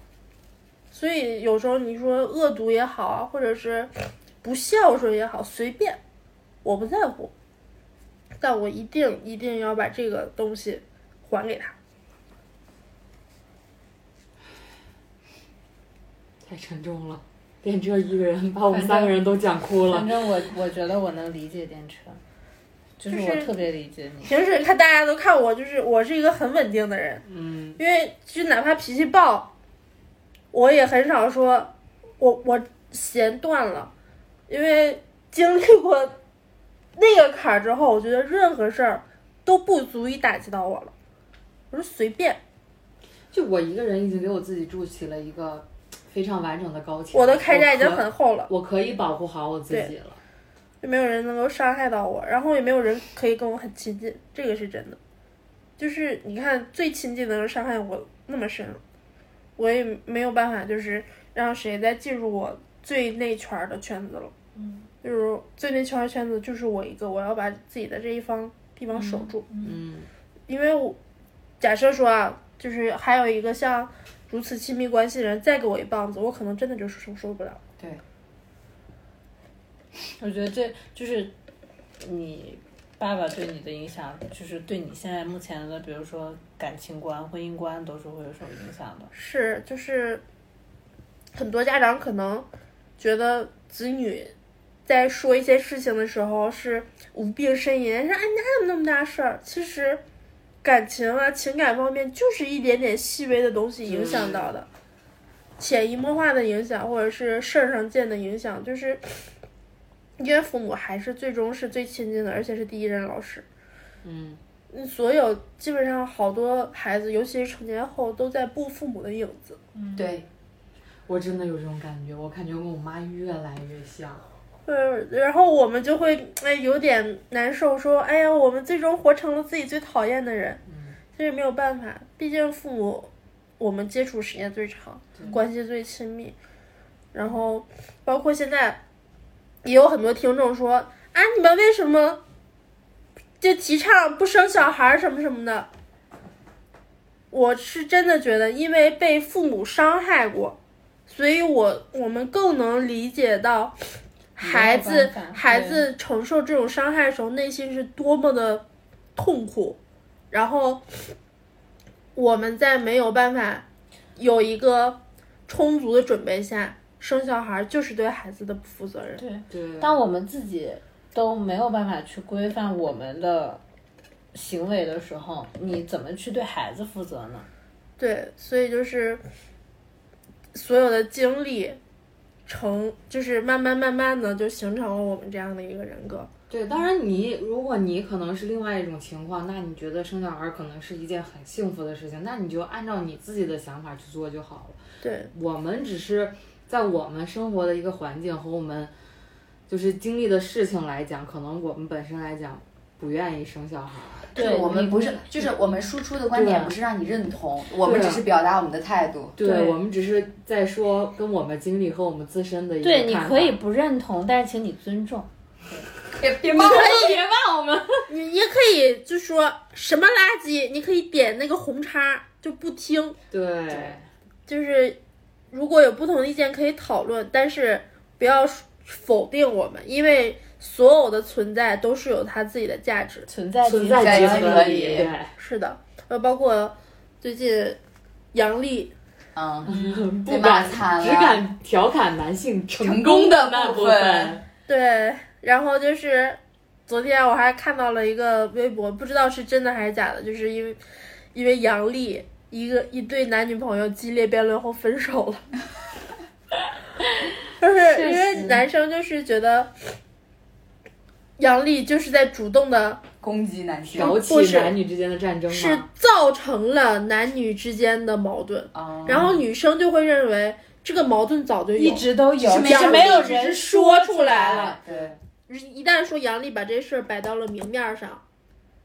Speaker 3: 所以有时候你说恶毒也好啊，或者是不孝顺也好，随便，我不在乎，但我一定一定要把这个东西还给他。
Speaker 1: 太沉重了，电车一个人把我们三个人都讲哭了
Speaker 5: 反。正我我觉得我能理解电车，就是
Speaker 3: 就是
Speaker 5: 我特别理解你。
Speaker 3: 平时看大家都看我，就是我是一个很稳定的人，
Speaker 1: 嗯，
Speaker 3: 因为就哪怕脾气暴，我也很少说我我弦断了，因为经历过那个坎儿之后，我觉得任何事儿都不足以打击到我了。我说随便，
Speaker 1: 就我一个人已经给我自己筑起了一个非常完整的高墙，
Speaker 3: 我的铠甲已经
Speaker 1: 我可
Speaker 3: 很厚了，
Speaker 1: 我可以保护好我自己了。
Speaker 3: 就没有人能够伤害到我，然后也没有人可以跟我很亲近，这个是真的。就是你看，最亲近的人伤害我那么深，我也没有办法，就是让谁再进入我最内圈儿的圈子了。嗯，就是最内圈儿的圈子就是我一个，我要把自己的这一方地方守住。
Speaker 1: 嗯
Speaker 3: 因为我假设说啊，就是还有一个像如此亲密关系的人再给我一棒子，我可能真的就是承受不了。
Speaker 5: 我觉得这就是你爸爸对你的影响，就是对你现在目前的，比如说感情观、婚姻观，都是会有什么影响的。
Speaker 3: 是，就是很多家长可能觉得子女在说一些事情的时候是无病呻吟，说哎哪有那么大事儿？其实感情啊、情感方面就是一点点细微的东西影响到的，潜移默化的影响，或者是事儿上见的影响，就是因为父母还是最终是最亲近的，而且是第一任老师。
Speaker 1: 嗯，
Speaker 3: 嗯所有基本上好多孩子，尤其是成年后，都在步父母的影子。
Speaker 2: 对，
Speaker 1: 我真的有这种感觉，我感觉跟我妈越来越像。
Speaker 3: 对，然后我们就会哎有点难受，说哎呀，我们最终活成了自己最讨厌的人。
Speaker 1: 嗯，
Speaker 3: 这也没有办法，毕竟父母我们接触时间最长，关系最亲密。然后包括现在也有很多听众说啊，你们为什么就提倡不生小孩儿什么什么的？我是真的觉得，因为被父母伤害过，所以我我们更能理解到孩
Speaker 5: 没有
Speaker 3: 子
Speaker 5: 办法
Speaker 3: 孩
Speaker 5: 对
Speaker 3: 子承受这种伤害的时候，内心是多么的痛苦。然后我们在没有办法有一个充足的准备下，生小孩就是对孩子的不负责任。
Speaker 5: 对，
Speaker 1: 对。
Speaker 5: 当我们自己都没有办法去规范我们的行为的时候，你怎么去对孩子负责呢？
Speaker 3: 对，所以就是所有的经历成，就是慢慢慢慢的就形成了我们这样的一个人格。
Speaker 1: 对，当然你如果你可能是另外一种情况，那你觉得生小孩可能是一件很幸福的事情，那你就按照你自己的想法去做就好了。
Speaker 3: 对，
Speaker 1: 我们只是在我们生活的一个环境和我们就是经历的事情来讲，可能我们本身来讲不愿意生小孩。
Speaker 2: 就是我们
Speaker 5: 你
Speaker 2: 不是，就是我们输出的观点
Speaker 1: 对
Speaker 3: 啊
Speaker 2: 不是让你认同，我们
Speaker 1: 对
Speaker 2: 只是表达我们的态度。
Speaker 1: 对
Speaker 5: 对
Speaker 1: 我们只是在说跟我们经历和我们自身的一个
Speaker 5: 对，你
Speaker 1: 看法
Speaker 5: 可以不认同，但是请你尊重。
Speaker 2: 别别骂我，
Speaker 1: 别骂我们。
Speaker 3: 你也可以就说什么垃圾，你可以点那个红叉就不听，
Speaker 1: 对，
Speaker 3: 就是如果有不同的意见可以讨论，但是不要否定我们，因为所有的存在都是有它自己的价值。
Speaker 5: 存在即
Speaker 1: 存在
Speaker 2: 在
Speaker 1: 即
Speaker 2: 即
Speaker 1: 合
Speaker 2: 合
Speaker 1: 理。
Speaker 2: 理
Speaker 1: 对，
Speaker 3: 是的，呃，包括最近杨笠，
Speaker 2: 嗯，
Speaker 1: 不
Speaker 2: 骂
Speaker 1: 敢
Speaker 2: 惨了
Speaker 1: 只敢调侃男性成
Speaker 2: 成功的
Speaker 1: 那
Speaker 2: 部
Speaker 1: 部
Speaker 2: 分
Speaker 1: 分。
Speaker 3: 对，然后就是昨天我还看到了一个微博，不知道是真的还是假的，就是因为因为杨笠一个一对男女朋友激烈辩论后分手了。 就是
Speaker 1: 确
Speaker 3: 因为
Speaker 1: 实
Speaker 3: 男生就是觉得杨笠就是在主动的，
Speaker 2: 攻击男性
Speaker 1: 挑
Speaker 3: 不
Speaker 1: 起
Speaker 3: 是
Speaker 1: 男女之间的战争吗？
Speaker 3: 是造成了男女之间的矛盾，
Speaker 2: 啊，
Speaker 3: 然
Speaker 1: 嗯
Speaker 3: 后女生就会认为这个矛盾早就有，
Speaker 5: 一直都有，
Speaker 2: 只是
Speaker 5: 只是
Speaker 2: 没
Speaker 5: 没
Speaker 2: 有
Speaker 5: 有
Speaker 2: 人
Speaker 5: 人
Speaker 3: 说出来
Speaker 5: 了。
Speaker 2: 对，
Speaker 3: 一旦说杨笠把这事儿摆到了明面上，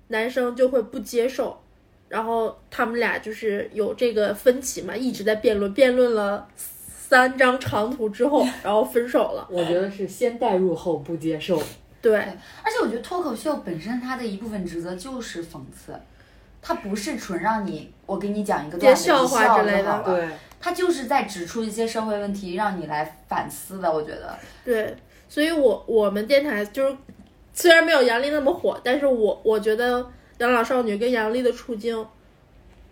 Speaker 3: 男生就会不接受，然后他们俩就是有这个分歧嘛，一直在辩论，辩论了三张长途之后，然后分手了。
Speaker 1: 我觉得是先代入后不接受，
Speaker 3: 对，
Speaker 2: 而且我觉得脱口秀本身它的一部分职责就是讽刺，它不是纯让你我给你讲一个段子
Speaker 3: 接笑话
Speaker 2: 你笑
Speaker 3: 之类的
Speaker 2: 就好了
Speaker 1: 对，
Speaker 2: 它就是在指出一些社会问题，让你来反思的。我觉得
Speaker 3: 对，所以我我们电台就是虽然没有杨笠那么火，但是我我觉得养老少女跟杨笠的处境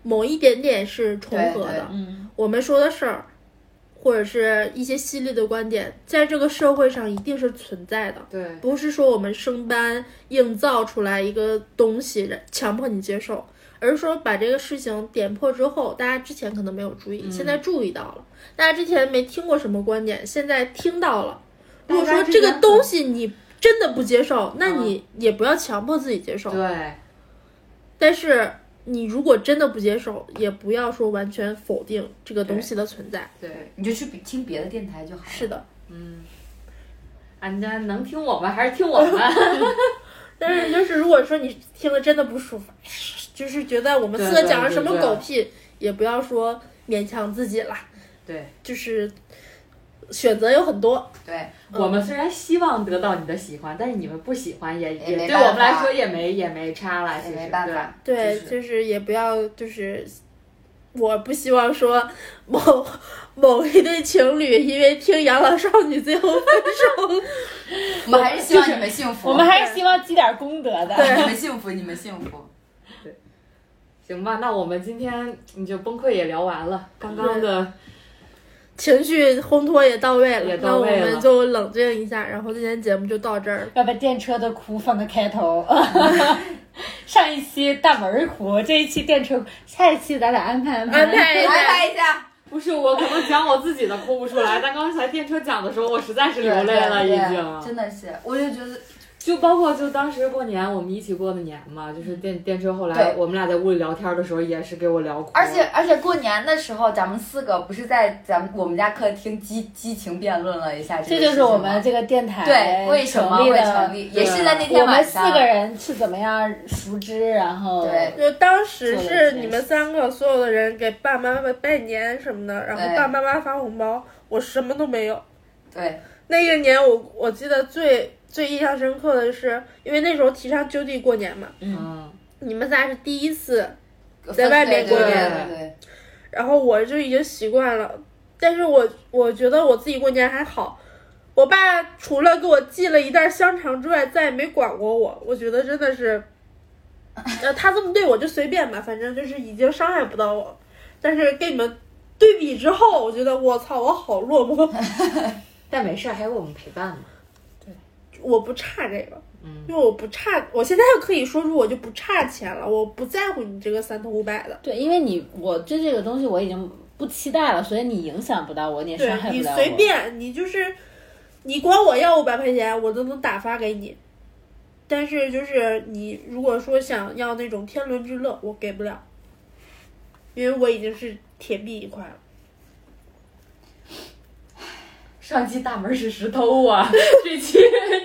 Speaker 3: 某一点点是重
Speaker 2: 对
Speaker 3: 合
Speaker 2: 对
Speaker 3: 的。
Speaker 5: 嗯，
Speaker 3: 我们说的事儿，或者是一些犀利的观点，在这个社会上一定是存在的，
Speaker 1: 对，
Speaker 3: 不是说我们生搬硬造出来一个东西强迫你接受。而是说把这个事情点破之后，大家之前可能没有注
Speaker 1: 嗯
Speaker 3: 意，现在注意到了。大家之前没听过什么观点，现在听到了，如果
Speaker 1: 大家
Speaker 3: 说
Speaker 1: 之
Speaker 3: 这个
Speaker 1: 间
Speaker 3: 东西你真的不接受，那你也不要强迫自己接受。
Speaker 1: 对，
Speaker 3: 但是你如果真的不接受，也不要说完全否定这个东西的存在。
Speaker 1: 对，
Speaker 2: 你就去比听别的电台就好了。
Speaker 3: 是的，
Speaker 1: 嗯，啊，那能听我们还是听我们？
Speaker 3: 但是就是如果说你听了真的不舒服，就是觉得我们四个讲了什么狗屁，也不要说勉强自己了。
Speaker 1: 对，
Speaker 3: 就是选择有很多，
Speaker 2: 对，
Speaker 1: 我们虽然希望得到你的喜欢，但是你们不喜欢也
Speaker 2: 也没
Speaker 1: 对
Speaker 2: 办法
Speaker 1: 我们来说也没也没差了，其
Speaker 2: 也
Speaker 1: 实
Speaker 2: 没办法，
Speaker 3: 对，
Speaker 2: 就是
Speaker 3: 就是也不要就是。我不希望说某某一对情侣因为听养老少女最后分手了
Speaker 2: 我们还是希望你们幸福，
Speaker 5: 我们还是希望积点功德的。
Speaker 3: 对
Speaker 2: 你们幸福，你们幸福。
Speaker 1: 对行吧，那我们今天你就崩溃也聊完了，刚刚的
Speaker 3: 情绪烘托也到位了，
Speaker 1: 也到位了
Speaker 3: 那我们就冷静一下，然后今天节目就到这儿了。
Speaker 5: 要把电车的哭放个开头。 上一期大门儿哭，这一期电车哭，下一期咱俩安排安排。
Speaker 3: 安排一
Speaker 2: 安
Speaker 3: 下，
Speaker 2: 排一下，
Speaker 1: 不是我可能讲我自己的哭不出来，但刚才电车讲的时候，我实在是流泪了，已
Speaker 2: 对对
Speaker 1: 经。啊
Speaker 2: 真的是，我就觉得
Speaker 1: 就包括就当时过年我们一起过的年嘛，就是电电车后来
Speaker 2: 嗯对
Speaker 1: 我们俩在屋里聊天的时候，也是给我聊哭。
Speaker 2: 而且而且过年的时候，咱们四个不是在咱们我们家客厅激激情辩论了一下
Speaker 5: 这
Speaker 2: 个
Speaker 5: 就
Speaker 2: 事
Speaker 5: 是
Speaker 2: 情吗
Speaker 5: 我们这个电台
Speaker 2: 对为什么
Speaker 5: 成立
Speaker 2: 会
Speaker 5: 的
Speaker 2: 成立，也是在那天
Speaker 5: 我们
Speaker 2: 晚
Speaker 5: 四
Speaker 2: 上。
Speaker 5: 个人是怎么样熟知，然后
Speaker 2: 对
Speaker 3: 就当时是你们三个所有的人给爸妈妈拜年什么的，然后
Speaker 2: 对
Speaker 3: 爸爸妈妈发红包，我什么都没有。
Speaker 2: 对
Speaker 3: 那个年我我记得最最印象深刻的是，因为那时候提倡就地过年嘛，
Speaker 1: 嗯，
Speaker 3: 你们仨是第一次，
Speaker 2: 对
Speaker 3: 在外面过
Speaker 2: 对
Speaker 1: 年
Speaker 2: 对对对
Speaker 3: 然后我就已经习惯了。但是我我觉得我自己过年还好，我爸除了给我寄了一袋香肠之外，再也没管过我。我觉得真的是，呃，他这么对我就随便吧，反正就是已经伤害不到我。但是跟你们对比之后，我觉得我操，我好落寞，
Speaker 1: 但没事儿，还有我们陪伴嘛。
Speaker 3: 我不差这个。
Speaker 1: 嗯，
Speaker 3: 因为我不差，我现在可以说出我就不差钱了，我不在乎你这个三头五百的，
Speaker 5: 对，因为你我对这个东西我已经不期待了，所以你影响不到我，你也
Speaker 3: 对
Speaker 5: 伤害不
Speaker 3: 你
Speaker 5: 了我。
Speaker 3: 随便，你就是你管我要五百块钱，我都能打发给你。但是就是你如果说想要那种天伦之乐，我给不了，因为我已经是铁壁一块了。
Speaker 1: 上期大门是石头 啊，这期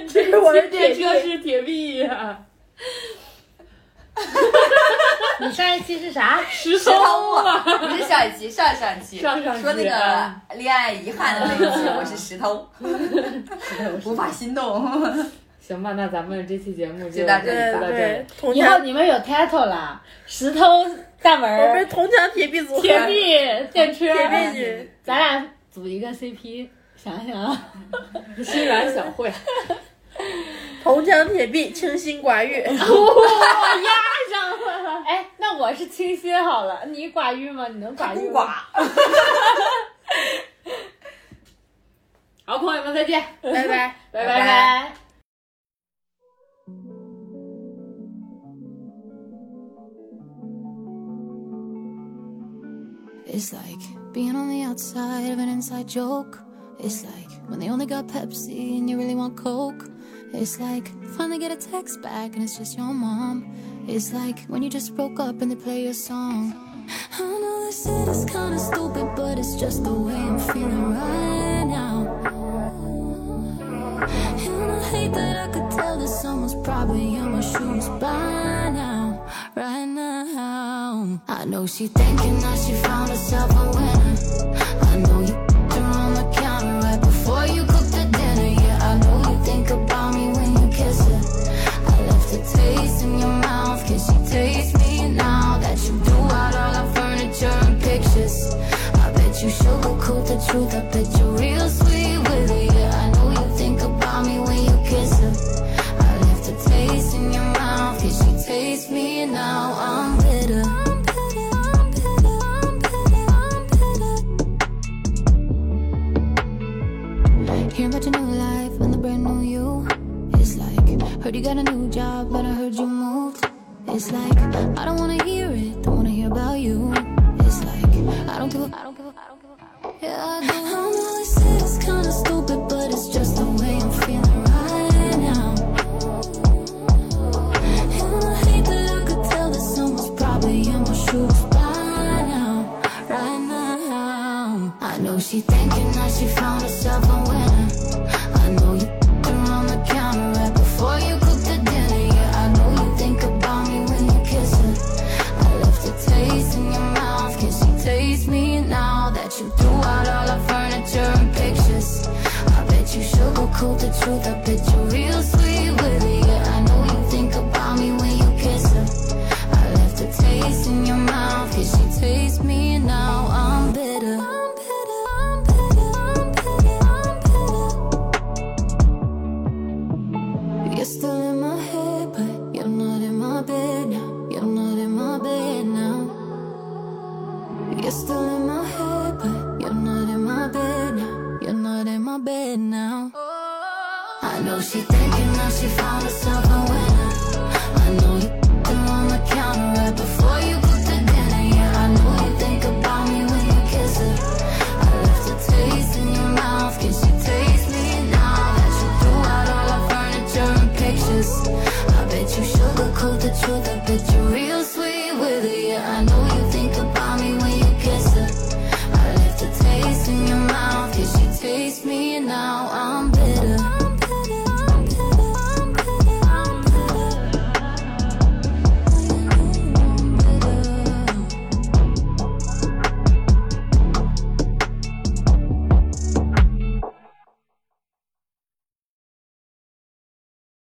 Speaker 1: 这
Speaker 3: 我
Speaker 1: 期
Speaker 3: 是铁
Speaker 1: 电
Speaker 3: 壁
Speaker 1: 车是铁壁啊呀、
Speaker 5: 你上一期 是啥？
Speaker 1: 石
Speaker 2: 石
Speaker 1: 头
Speaker 2: 头
Speaker 1: 啊。
Speaker 2: 啊！不是上一期，上上期
Speaker 1: 上上期
Speaker 2: 说那个恋爱遗憾的那一期，我是石头，无法心动。
Speaker 1: 行吧，那咱们这期节目就
Speaker 2: 就到这
Speaker 3: 对
Speaker 2: 里
Speaker 1: 嗯就到这里
Speaker 3: 呃对。，铜
Speaker 5: 以后
Speaker 3: 墙
Speaker 5: 你们有 title 啦，石头大门
Speaker 3: 我们
Speaker 5: 儿
Speaker 3: 是，铜墙铁壁组合，
Speaker 5: 铁壁电车，
Speaker 3: 铁 壁女，
Speaker 5: 咱俩组一个 CP，想想啊，
Speaker 1: 欣然小慧，
Speaker 3: 铜墙铁壁，清心寡欲。
Speaker 5: 哎，那我是清新好了，你寡欲吗？你能寡欲
Speaker 2: 孤
Speaker 5: 吗？
Speaker 2: 寡。
Speaker 1: 好，朋友们再见，
Speaker 3: 拜拜。
Speaker 1: 拜
Speaker 2: 拜
Speaker 5: 拜。
Speaker 6: It's like being on the outside of an inside joke. It's like when they only got Pepsi and you really want Coke. It's like finally get a text back and it's just your mom. It's like when you just broke up and they play your song. I know this shit is kinda stupid, but it's just the way I'm feeling right now. And I hate that I could tell that someone's probably on my shoes by now, right now. I know she thinking that she found herself a winner. I know you her on the counter right before you cook the dinner. Yeah, I know you think about me when you kiss her. I left a taste in your mouth. Can she taste me now that you do out all our furniture and pictures? I bet you sugarcoat the truth. I bet you're real sweet with it. Yeah, I know you think about me when you kiss her. I left a taste in your mouth. Can she taste me now? I'm bitter. I'm bitter. I'm bitter. I'm bitter. I'm bitter. Hear about your new life and the brand new you. It's like, heard you got a new job, but I heard you moved. It's like, I don't wanna hear it, don't wanna hear about you. It's like, I don't give a, I don't give a, I don't give a, I don't yeah, I do. I know this is kinda stupid, but it's just the way I'm feeling right now. And I hate that I could tell that someone's probably in my shoes by now, right now. I know she thinking that she found herself a winner. I know you her on the counter right before you cook the dinner. Yeah, I know you think about me when you kiss her. I left a taste in your mouth. Can she taste me now that you threw out all our furniture and pictures? I bet you sugarcoat the truth. I bet you're real sweet with it. Yeah, I know you think about me when you kiss her. I left a taste in your mouth. Can she taste me now? I'm bitter. I'm bitter. I'm bitter. I'm bitter. I'm bitter. You're still in my head, but you're not in my bed now. You're not in my bed now. You're still in my head, but you're not in my bed now. You're not in my bed now. I know she thinking now she found herself a winner. I know you her on the counter right before you cook the dinner. Yeah, I know you think about me when you kiss her. I left a taste in your mouth. Can she taste me now that you threw out all our furniture and pictures? I bet you sugarcoat the truth. I bet you're real sweet with it. Yeah, I know you think about me when you kiss her. I left a taste in your mouth. Can she taste me now? I'm